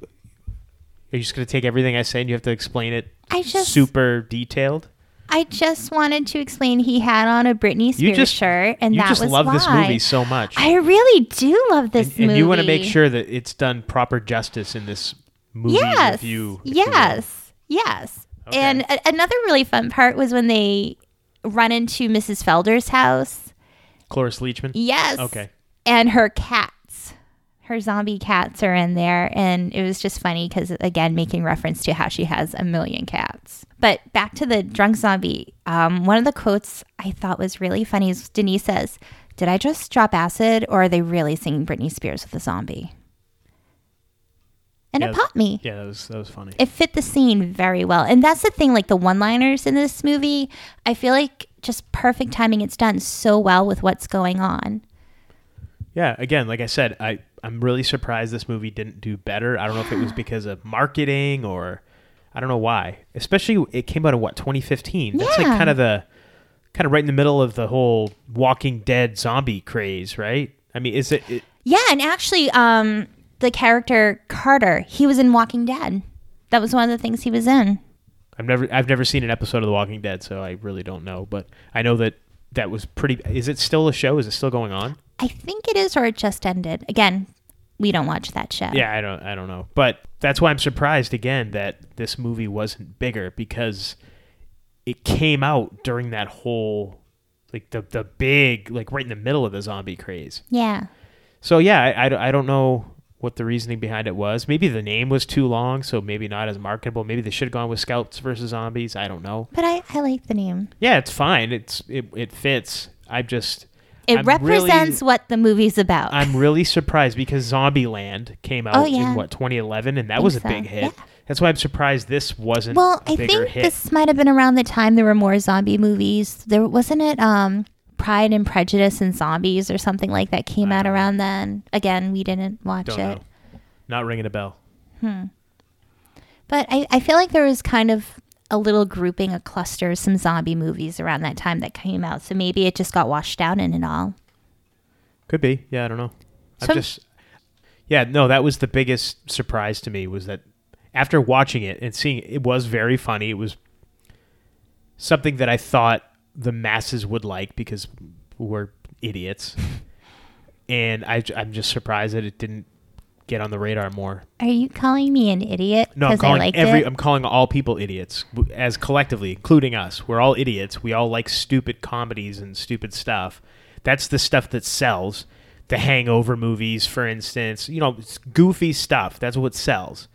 S2: Are you just gonna take everything I say and you have to explain it
S3: I just
S2: super detailed?
S3: I just wanted to explain he had on a Britney Spears
S2: You just
S3: shirt and
S2: you
S3: that
S2: just
S3: was
S2: love
S3: why.
S2: this movie so much,
S3: I really do love this
S2: and, and
S3: movie.
S2: you want to make sure that it's done proper justice in this movie
S3: yes,
S2: review. if you will.
S3: Yes. Yes.
S2: Okay.
S3: And a- another really fun part was when they run into Mrs. Felder's house.
S2: Cloris Leachman.
S3: Yes.
S2: Okay.
S3: And her cats. Her zombie cats are in there. And it was just funny because, again, making reference to how she has a million cats. But back to the drunk zombie, um, one of the quotes I thought was really funny is Denise says, Did I just drop acid or are they really singing Britney Spears with a zombie? And
S2: Yeah.
S3: it popped me
S2: Yeah, that was that was funny.
S3: it fit the scene very well. And that's the thing, like the one liners in this movie, I feel like just perfect timing. It's done so well with what's going on.
S2: Yeah, again, like I said, I I'm really surprised this movie didn't do better. I don't know if it was because of marketing or I don't know why. Especially it came out in what 2015. That's like
S3: Yeah.
S2: kind of the kind of right in the middle of the whole Walking Dead zombie craze, right? I mean, is it, it
S3: Yeah, and actually, um, the character Carter, he was in Walking Dead. That was one of the things he was in.
S2: I've never I've never seen an episode of The Walking Dead, so I really don't know, but I know that that was pretty is it still a show? Is it still going on?
S3: I think it is, or it just ended. Again, we don't watch that show.
S2: Yeah, I don't I don't know. But that's why I'm surprised again that this movie wasn't bigger because it came out during that whole like the the big like right in the middle of the zombie craze.
S3: Yeah.
S2: So yeah, I, I, don't- I don't know what the reasoning behind it was. Maybe the name was too long, so maybe not as marketable. Maybe they should have gone with Scouts versus Zombies. I don't know.
S3: But I, I like the name.
S2: Yeah, it's fine. It's it, it fits. I just
S3: It
S2: I'm really-
S3: represents what the movie's about.
S2: I'm really surprised because Zombieland came out
S3: Oh, yeah.
S2: in what 2011, and that was a
S3: so,
S2: big hit.
S3: yeah.
S2: That's why I'm surprised this wasn't.
S3: Well,
S2: a
S3: I
S2: bigger
S3: think
S2: hit.
S3: this might have been around the time there were more zombie movies. There wasn't it um Pride and Prejudice and Zombies or something like that came out around then. Again, we didn't watch
S2: Don't
S3: it.
S2: know. Not ringing a bell.
S3: But I, I feel like there was kind of a little grouping, a cluster of some zombie movies around that time that came out. So maybe it just got washed down in it all.
S2: Could be. Yeah, I don't know. I'm
S3: Some-
S2: just. Yeah, no, that was the biggest surprise to me was that after watching it and seeing it was very funny. It was something that I thought the masses would like because we're idiots, and I, I'm just surprised that it didn't get on the radar more.
S3: Are you calling me an idiot?
S2: No, I'm
S3: 'Cause
S2: calling
S3: I liked
S2: every.
S3: it?
S2: I'm calling all people idiots w- as collectively, including us. We're all idiots. We all like stupid comedies and stupid stuff. That's the stuff that sells. The Hangover movies, for instance, you know, it's goofy stuff. That's what sells.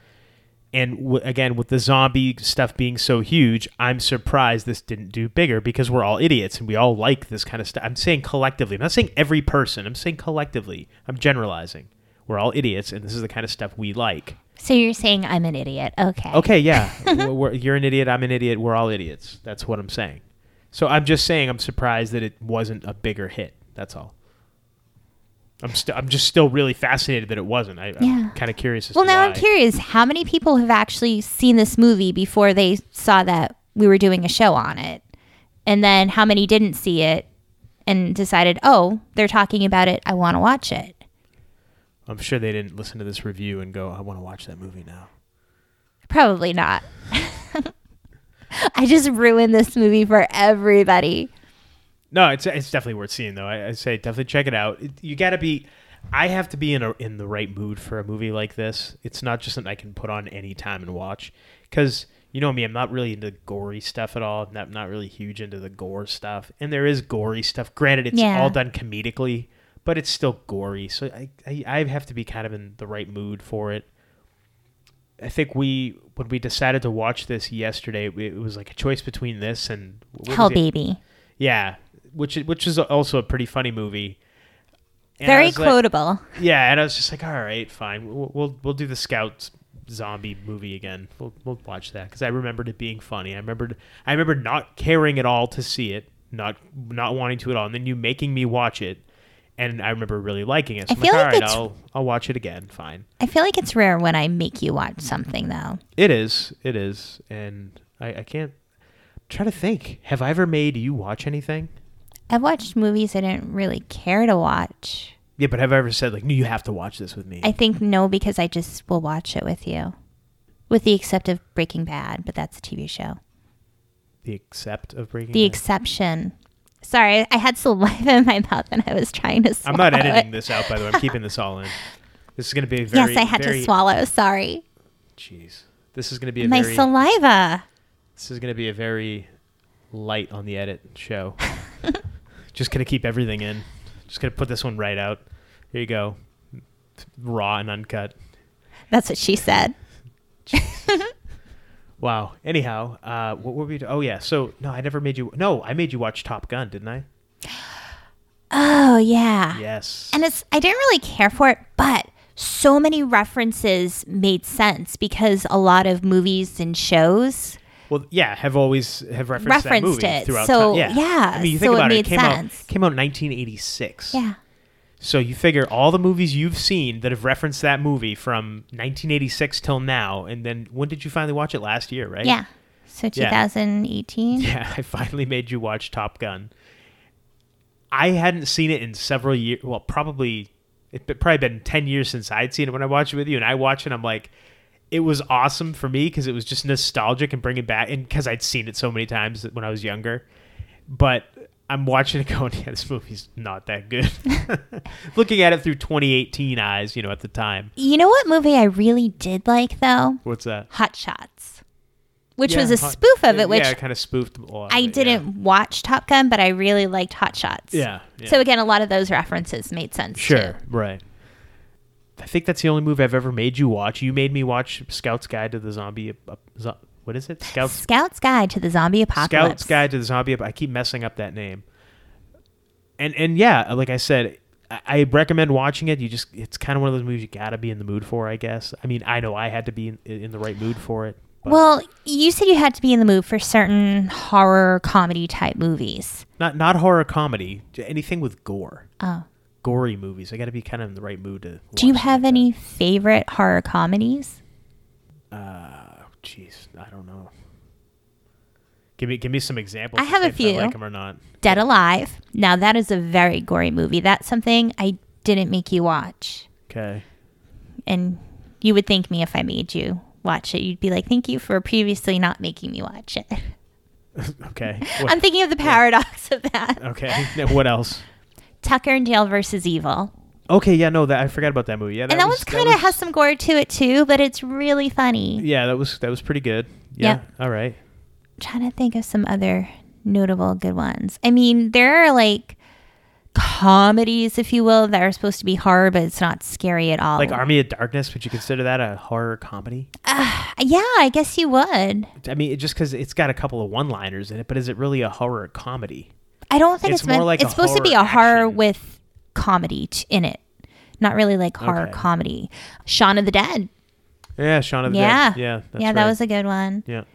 S2: And w- again, with the zombie stuff being so huge, I'm surprised this didn't do bigger because we're all idiots and we all like this kind of stuff. I'm saying collectively. I'm not saying every person. I'm saying collectively. I'm generalizing. We're all idiots, and this is the kind of stuff we like.
S3: so you're saying I'm an idiot. Okay.
S2: Okay, yeah. We're- we're- you're an idiot. I'm an idiot. We're all idiots. That's what I'm saying. So I'm just saying I'm surprised that it wasn't a bigger hit. That's all. I'm still I'm just still really fascinated that it wasn't. I,
S3: Yeah.
S2: I'm kind of curious. As
S3: Well,
S2: to
S3: now I'm
S2: why.
S3: curious how many people have actually seen this movie before they saw that we were doing a show on it? And then how many didn't see it and decided, oh, they're talking about it. I want to watch it.
S2: I'm sure they didn't listen to this review and go, "I want to watch that movie now."
S3: Probably not. I just ruined this movie for everybody.
S2: No, it's it's definitely worth seeing though. I, I say definitely check it out. It, you got to be. I have to be in a in the right mood for a movie like this. It's not just something I can put on any time and watch. Because you know me, I'm not really into gory stuff at all. I'm not not really huge into the gore stuff. And there is gory stuff. Granted, it's
S3: Yeah.
S2: all done comedically, but it's still gory. So I, I I have to be kind of in the right mood for it. I think we when we decided to watch this yesterday, it, it was like a choice between this and what was
S3: Hell
S2: it?
S3: Baby.
S2: Yeah, which i- which is also a pretty funny movie. And I
S3: Very
S2: was like-
S3: quotable.
S2: yeah, and I was just like, all right, fine, we'll we'll, we'll do the Scouts zombie movie again. We'll, we'll watch that because I remembered it being funny. I remembered I remember not caring at all to see it, not not wanting to at all, and then you making me watch it, and I remember really liking it. So I am
S3: I
S2: like,
S3: feel
S2: all
S3: like
S2: right,
S3: it's-
S2: I'll I'll watch it again. Fine.
S3: I feel like it's rare when I make you watch something though.
S2: It is. It is. And I, I can't try to think. Have I ever made you watch anything?
S3: I've watched movies I didn't really care to watch.
S2: Yeah, but have I ever said like, no, you have to watch this with me?
S3: I think no because I just will watch it with you. With the except of Breaking Bad, but that's a TV show.
S2: the accept of Breaking.
S3: The
S2: Bad?
S3: exception. Sorry, I had saliva in my mouth and I was trying to
S2: I'm
S3: swallow.
S2: not editing
S3: it.
S2: this out, by the way. I'm keeping this all in. This is going to be a very.
S3: Yes, I had
S2: very,
S3: to swallow. Sorry.
S2: Jeez, this is going to be a
S3: my
S2: very.
S3: saliva.
S2: this is going to be a very light on the edit show. Just going to keep everything in. Just going to put this one right out. Here you go, raw and uncut.
S3: That's what she said.
S2: Wow. Anyhow, uh, what were we? Do- oh yeah. So no, I never made you. No, I made you watch Top Gun, didn't I?
S3: Oh, yeah.
S2: Yes.
S3: And it's I didn't really care for it, but so many references made sense because a lot of movies and shows
S2: well, yeah, have always have referenced, that
S3: Referenced
S2: movie
S3: it.
S2: throughout.
S3: So,
S2: time. Yeah.
S3: yeah,
S2: I mean, you
S3: so
S2: think
S3: it
S2: about it.
S3: made
S2: It came
S3: sense.
S2: out came out in 1986.
S3: Yeah.
S2: So you figure all the movies you've seen that have referenced that movie from 1986 till now, and then when did you finally watch it last year? Right.
S3: Yeah. So
S2: Yeah.
S3: 2018.
S2: Yeah, I finally made you watch Top Gun. I hadn't seen it in several years. Well, probably it would probably been ten years since I'd seen it when I watched it with you, and I watch it. I'm like, it was awesome for me because it was just nostalgic and bringing back, and because I'd seen it so many times when I was younger. But I'm watching it going, yeah, this movie's not that good. Looking at it through 2018 eyes, you know, at the time.
S3: You know what movie I really did like though?
S2: What's that?
S3: Hot Shots. Which
S2: Yeah,
S3: was a
S2: hot-
S3: spoof of it, which
S2: yeah, kind of spoofed. a lot of
S3: I
S2: it, yeah.
S3: didn't watch Top Gun, but I really liked Hot Shots.
S2: Yeah, yeah.
S3: So again, a lot of those references made sense.
S2: Sure,
S3: too.
S2: right. I think that's the only movie I've ever made you watch. You made me watch Scout's Guide to the Zombie. Ap- Ap- Zo- what is it? Scout's
S3: Scout's Guide to the Zombie Apocalypse.
S2: Scout's Guide to the Zombie. Ap- I keep messing up that name. And and yeah, like I said, I, I recommend watching it. You just it's kind of one of those movies you gotta be in the mood for, I guess. I mean, I know I had to be in, in the right mood for it. but
S3: Well, you said you had to be in the mood for certain horror comedy type movies.
S2: not not horror comedy, j- anything with gore,
S3: Oh.
S2: gory movies. I gotta be kind of in the right mood to. watch
S3: Do you
S2: something
S3: have
S2: like
S3: any favorite horror comedies?
S2: Uh, jeez, I don't know. Give me give me some examples.
S3: I
S2: to
S3: have
S2: say
S3: a
S2: if
S3: few.
S2: like them or not.
S3: Dead Alive. Now that is a very gory movie. That's something I didn't make you watch.
S2: Okay.
S3: And you would thank me if I made you watch it. You'd be like, "Thank you for previously not making me watch it."
S2: Okay.
S3: I'm
S2: What,
S3: thinking of the paradox of that.
S2: okay. Now, what else?
S3: Tucker and Dale versus Evil.
S2: Okay. Yeah. No. That I forgot about that movie. Yeah. That
S3: and that
S2: was,
S3: one's kind of
S2: was-
S3: has some gore to it too, but it's really funny.
S2: Yeah. That was that was pretty good. Yeah. All right.
S3: trying to think of some other notable good ones. I mean, there are like comedies, if you will, that are supposed to be horror, but it's not scary at all.
S2: Like Army of Darkness. Would you consider that a horror comedy?
S3: Uh, yeah, I guess you would.
S2: I mean, it, just because it's got a couple of one-liners in it, but is it really a horror comedy?
S3: I don't think it's,
S2: It's
S3: meant,
S2: more like
S3: it's
S2: a
S3: supposed to be a
S2: horror
S3: horror
S2: action.
S3: with comedy t- in it. Not really like horror
S2: Okay.
S3: comedy. Shaun of the Dead.
S2: Yeah. Shaun of the
S3: yeah.
S2: Dead. Yeah. That's
S3: yeah,
S2: right.
S3: that was a good one.
S2: Yeah.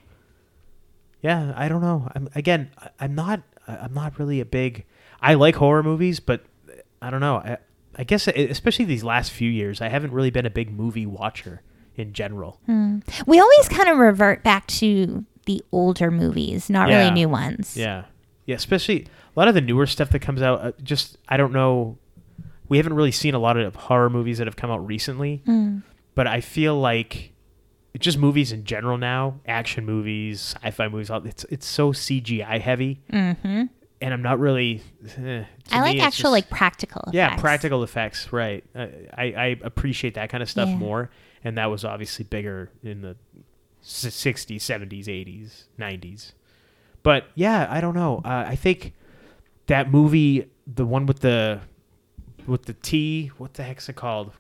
S2: Yeah, I don't know. I'm again, I- I'm not I- I'm not really a big I like horror movies, but I don't know. I I guess e- especially these last few years, I haven't really been a big movie watcher in general.
S3: We always kind of revert back to the older movies, not
S2: Yeah.
S3: really new ones.
S2: Yeah. Yeah, especially a lot of the newer stuff that comes out uh, just I don't know we haven't really seen a lot of horror movies that have come out recently.
S3: Hmm.
S2: But I feel like just movies in general now, action movies, sci-fi movies, all- it's it's so CGI heavy.
S3: hmm
S2: and I'm not really. eh, to
S3: I like
S2: me, it's
S3: actual
S2: just-
S3: like practical effects.
S2: yeah, practical effects, right? Uh, I I appreciate that kind of stuff
S3: Yeah.
S2: more, and that was obviously bigger in the s- '60s, '70s, '80s, '90s. But yeah, I don't know. Uh, I think that movie, the one with the with the T, what the heck's it called?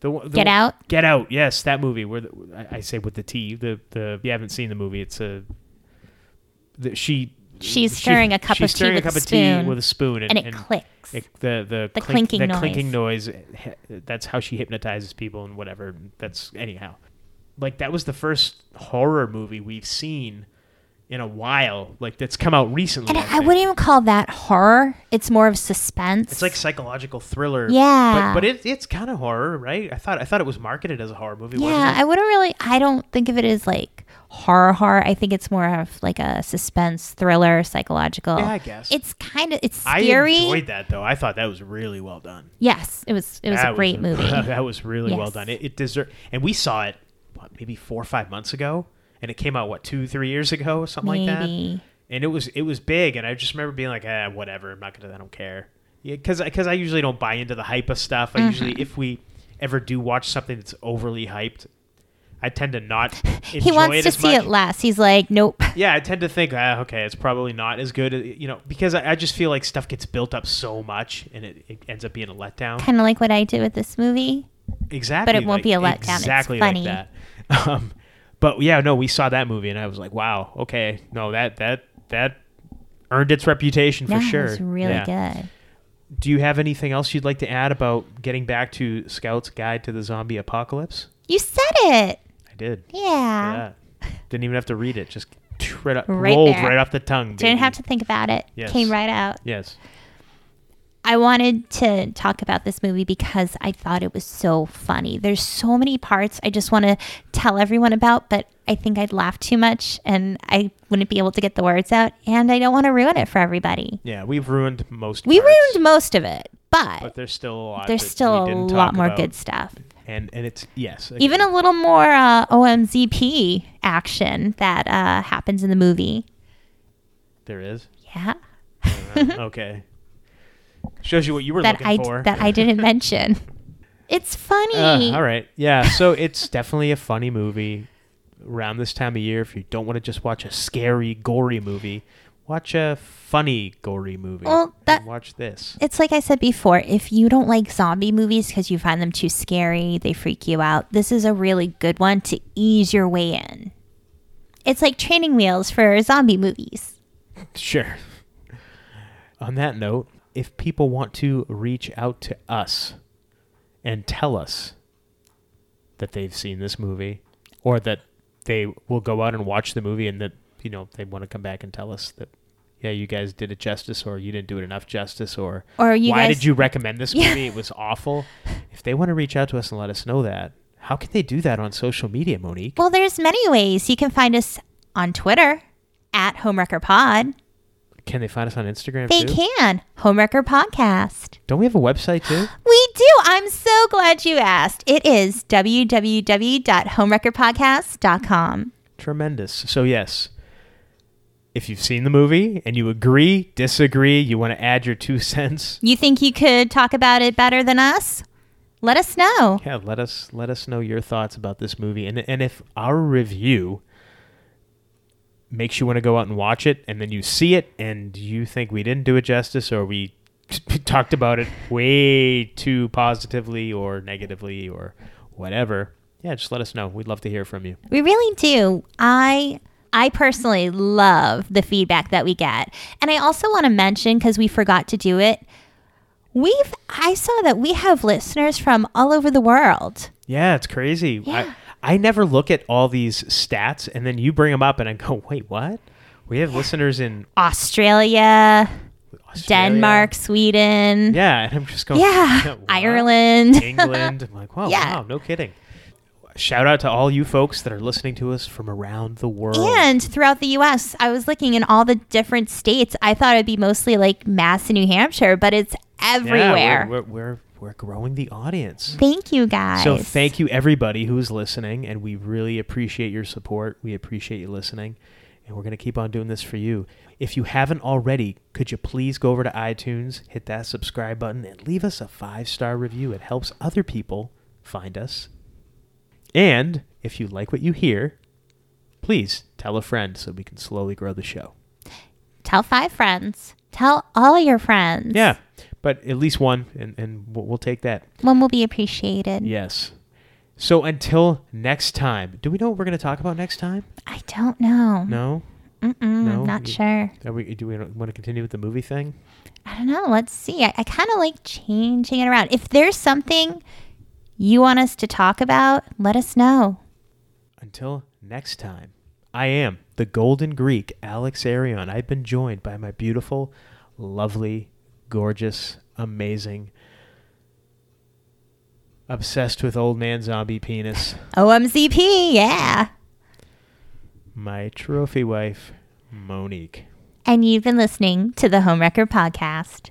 S2: The, one- the
S3: Get
S2: one-
S3: Out?
S2: Get Out. Yes, that movie where the, I, I say with the T. The the you haven't seen the movie. It's a the, she.
S3: She's
S2: she-
S3: stirring a cup
S2: she's
S3: of tea
S2: stirring
S3: with
S2: a
S3: a
S2: cup of
S3: spoon,
S2: tea with a spoon, and,
S3: and it
S2: and-
S3: clicks.
S2: it, the the,
S3: The
S2: clink,
S3: clinking
S2: the
S3: noise.
S2: clinking noise. h- That's how she hypnotizes people and whatever. That's anyhow. Like that was the first horror movie we've seen in a while, like that's come out recently.
S3: And
S2: I
S3: I
S2: think.
S3: wouldn't even call that horror. It's more of suspense.
S2: It's like psychological thriller.
S3: Yeah.
S2: but, but it, it's kind of horror, right? I thought I thought it was marketed as a horror movie.
S3: yeah,
S2: wasn't it?
S3: I wouldn't really. I don't think of it as like horror horror. I think it's more of like a suspense thriller, psychological.
S2: Yeah, I guess.
S3: It's kind of it's
S2: I
S3: scary.
S2: enjoyed that though. I thought that was really well done.
S3: Yes, it was. It was
S2: That
S3: a great movie.
S2: that was really well
S3: Yes.
S2: done. It, it deserved, and we saw it what, maybe four or five months ago, and it came out what two, three years ago, or something like that.
S3: Maybe.
S2: And it was it was big, and I just remember being like, ah, whatever. I'm not gonna. I don't care. Yeah, because because I usually don't buy into the hype of stuff. I
S3: Mm-hmm.
S2: usually, if we ever do watch something that's overly hyped, I tend to not. Enjoy
S3: He wants
S2: it
S3: to
S2: as
S3: see
S2: much.
S3: it last. He's like, nope.
S2: Yeah, I tend to think, ah, okay, it's probably not as good, you know, because I, I just feel like stuff gets built up so much, and it, it ends up being a letdown.
S3: kind of like what I did with this movie.
S2: Exactly.
S3: But it won't
S2: like-
S3: be a letdown. It's
S2: Exactly
S3: funny.
S2: like that. Um, but yeah, no, we saw that movie and I was like, wow, okay, no, that that that earned its reputation for
S3: yeah,
S2: sure.
S3: it was really
S2: Yeah.
S3: good.
S2: Do you have anything else you'd like to add about getting back to Scout's Guide to the Zombie Apocalypse?
S3: You said it.
S2: I did.
S3: Yeah.
S2: Yeah. Didn't even have to read it. Just right up,
S3: Right
S2: rolled
S3: there.
S2: right off the tongue.
S3: Didn't
S2: baby.
S3: have to think about it.
S2: Yes.
S3: Came right out.
S2: Yes.
S3: I wanted to talk about this movie because I thought it was so funny. There's so many parts I just want to tell everyone about, but I think I'd laugh too much and I wouldn't be able to get the words out. And I don't want to ruin it for everybody.
S2: Yeah, we've ruined most.
S3: We
S2: parts,
S3: ruined most of it, but,
S2: but there's still a lot.
S3: there's
S2: that
S3: still
S2: we
S3: a
S2: didn't talk
S3: lot more
S2: about.
S3: good stuff.
S2: And and it's yes,
S3: Even a little more uh, OMZP action that uh, happens in the movie.
S2: there is.
S3: Yeah.
S2: okay. Shows you what you were
S3: that
S2: looking
S3: I
S2: for.
S3: that I didn't mention. It's funny.
S2: Uh, all right. Yeah. So it's definitely a funny movie. Around this time of year, if you don't want to just watch a scary, gory movie, watch a funny, gory movie.
S3: Well,
S2: and
S3: that-
S2: watch this.
S3: It's like I said before, if you don't like zombie movies because you find them too scary, they freak you out, this is a really good one to ease your way in. It's like training wheels for zombie movies.
S2: Sure. On that note, if people want to reach out to us and tell us that they've seen this movie or that they will go out and watch the movie and that, you know, they want to come back and tell us that yeah, you guys did it justice or you didn't do it enough justice or
S3: Or you
S2: why
S3: guys-
S2: did you recommend this
S3: Yeah.
S2: movie? It was awful. If they want to reach out to us and let us know that, how can they do that on social media, Monique?
S3: Well, there's many ways. You can find us on Twitter at Homewrecker Pod.
S2: Can they find us on Instagram
S3: They
S2: too?
S3: can. Homewrecker Podcast.
S2: Don't we have a website too?
S3: We do. I'm so glad you asked. It is www.homewreckerpodcast.com.
S2: Tremendous. So, yes, if you've seen the movie and you agree, disagree, you want to add your two cents,
S3: You think you could talk about it better than us? Let us know.
S2: yeah, let us let us know your thoughts about this movie, and and if our review makes you want to go out and watch it, and then you see it and you think we didn't do it justice, or we talked about it way too positively or negatively or whatever, yeah, just let us know. We'd love to hear from you.
S3: We really do. I I personally love the feedback that we get. And I also want to mention cuz we forgot to do it. We've I saw that we have listeners from all over the world.
S2: Yeah, it's crazy. I, I never look at all these stats and then you bring them up and I go, wait, what? We have listeners in
S3: Australia,
S2: Australia.
S3: Denmark, Sweden.
S2: Yeah, and I'm just going,
S3: Yeah,
S2: "What?"
S3: Ireland.
S2: England. I'm like, wow,
S3: Yeah.
S2: wow, no kidding. Shout out to all you folks that are listening to us from around the world.
S3: And throughout the US, I was looking in all the different states. I thought it'd be mostly like Mass and New Hampshire, but it's
S2: Yeah,
S3: everywhere.
S2: we're, we're, we're, we're growing the audience.
S3: Thank you guys.
S2: So thank you everybody who's listening, and we really appreciate your support. We appreciate you listening, and we're gonna keep on doing this for you. If you haven't already, could you please go over to iTunes, hit that subscribe button, and leave us a five star review? It helps other people find us. And if you like what you hear, please tell a friend so we can slowly grow the show.
S3: Tell five friends. Tell all your friends.
S2: Yeah, but at least one, and, and we'll, we'll take that.
S3: One will be appreciated.
S2: Yes. So until next time, do we know what we're going to talk about next time?
S3: I don't know.
S2: No.
S3: Mm-mm,
S2: No?
S3: I'm not
S2: You-
S3: sure.
S2: Are we, do we want to continue with the movie thing?
S3: I don't know. Let's see. I, I kind of like changing it around. If there's something you want us to talk about, let us know.
S2: Until next time, I am the Golden Greek, Alex Arion. I've been joined by my beautiful, lovely, gorgeous, amazing, obsessed with old man zombie penis,
S3: OMZP, yeah.
S2: my trophy wife, Monique.
S3: And you've been listening to the Homewrecker Podcast.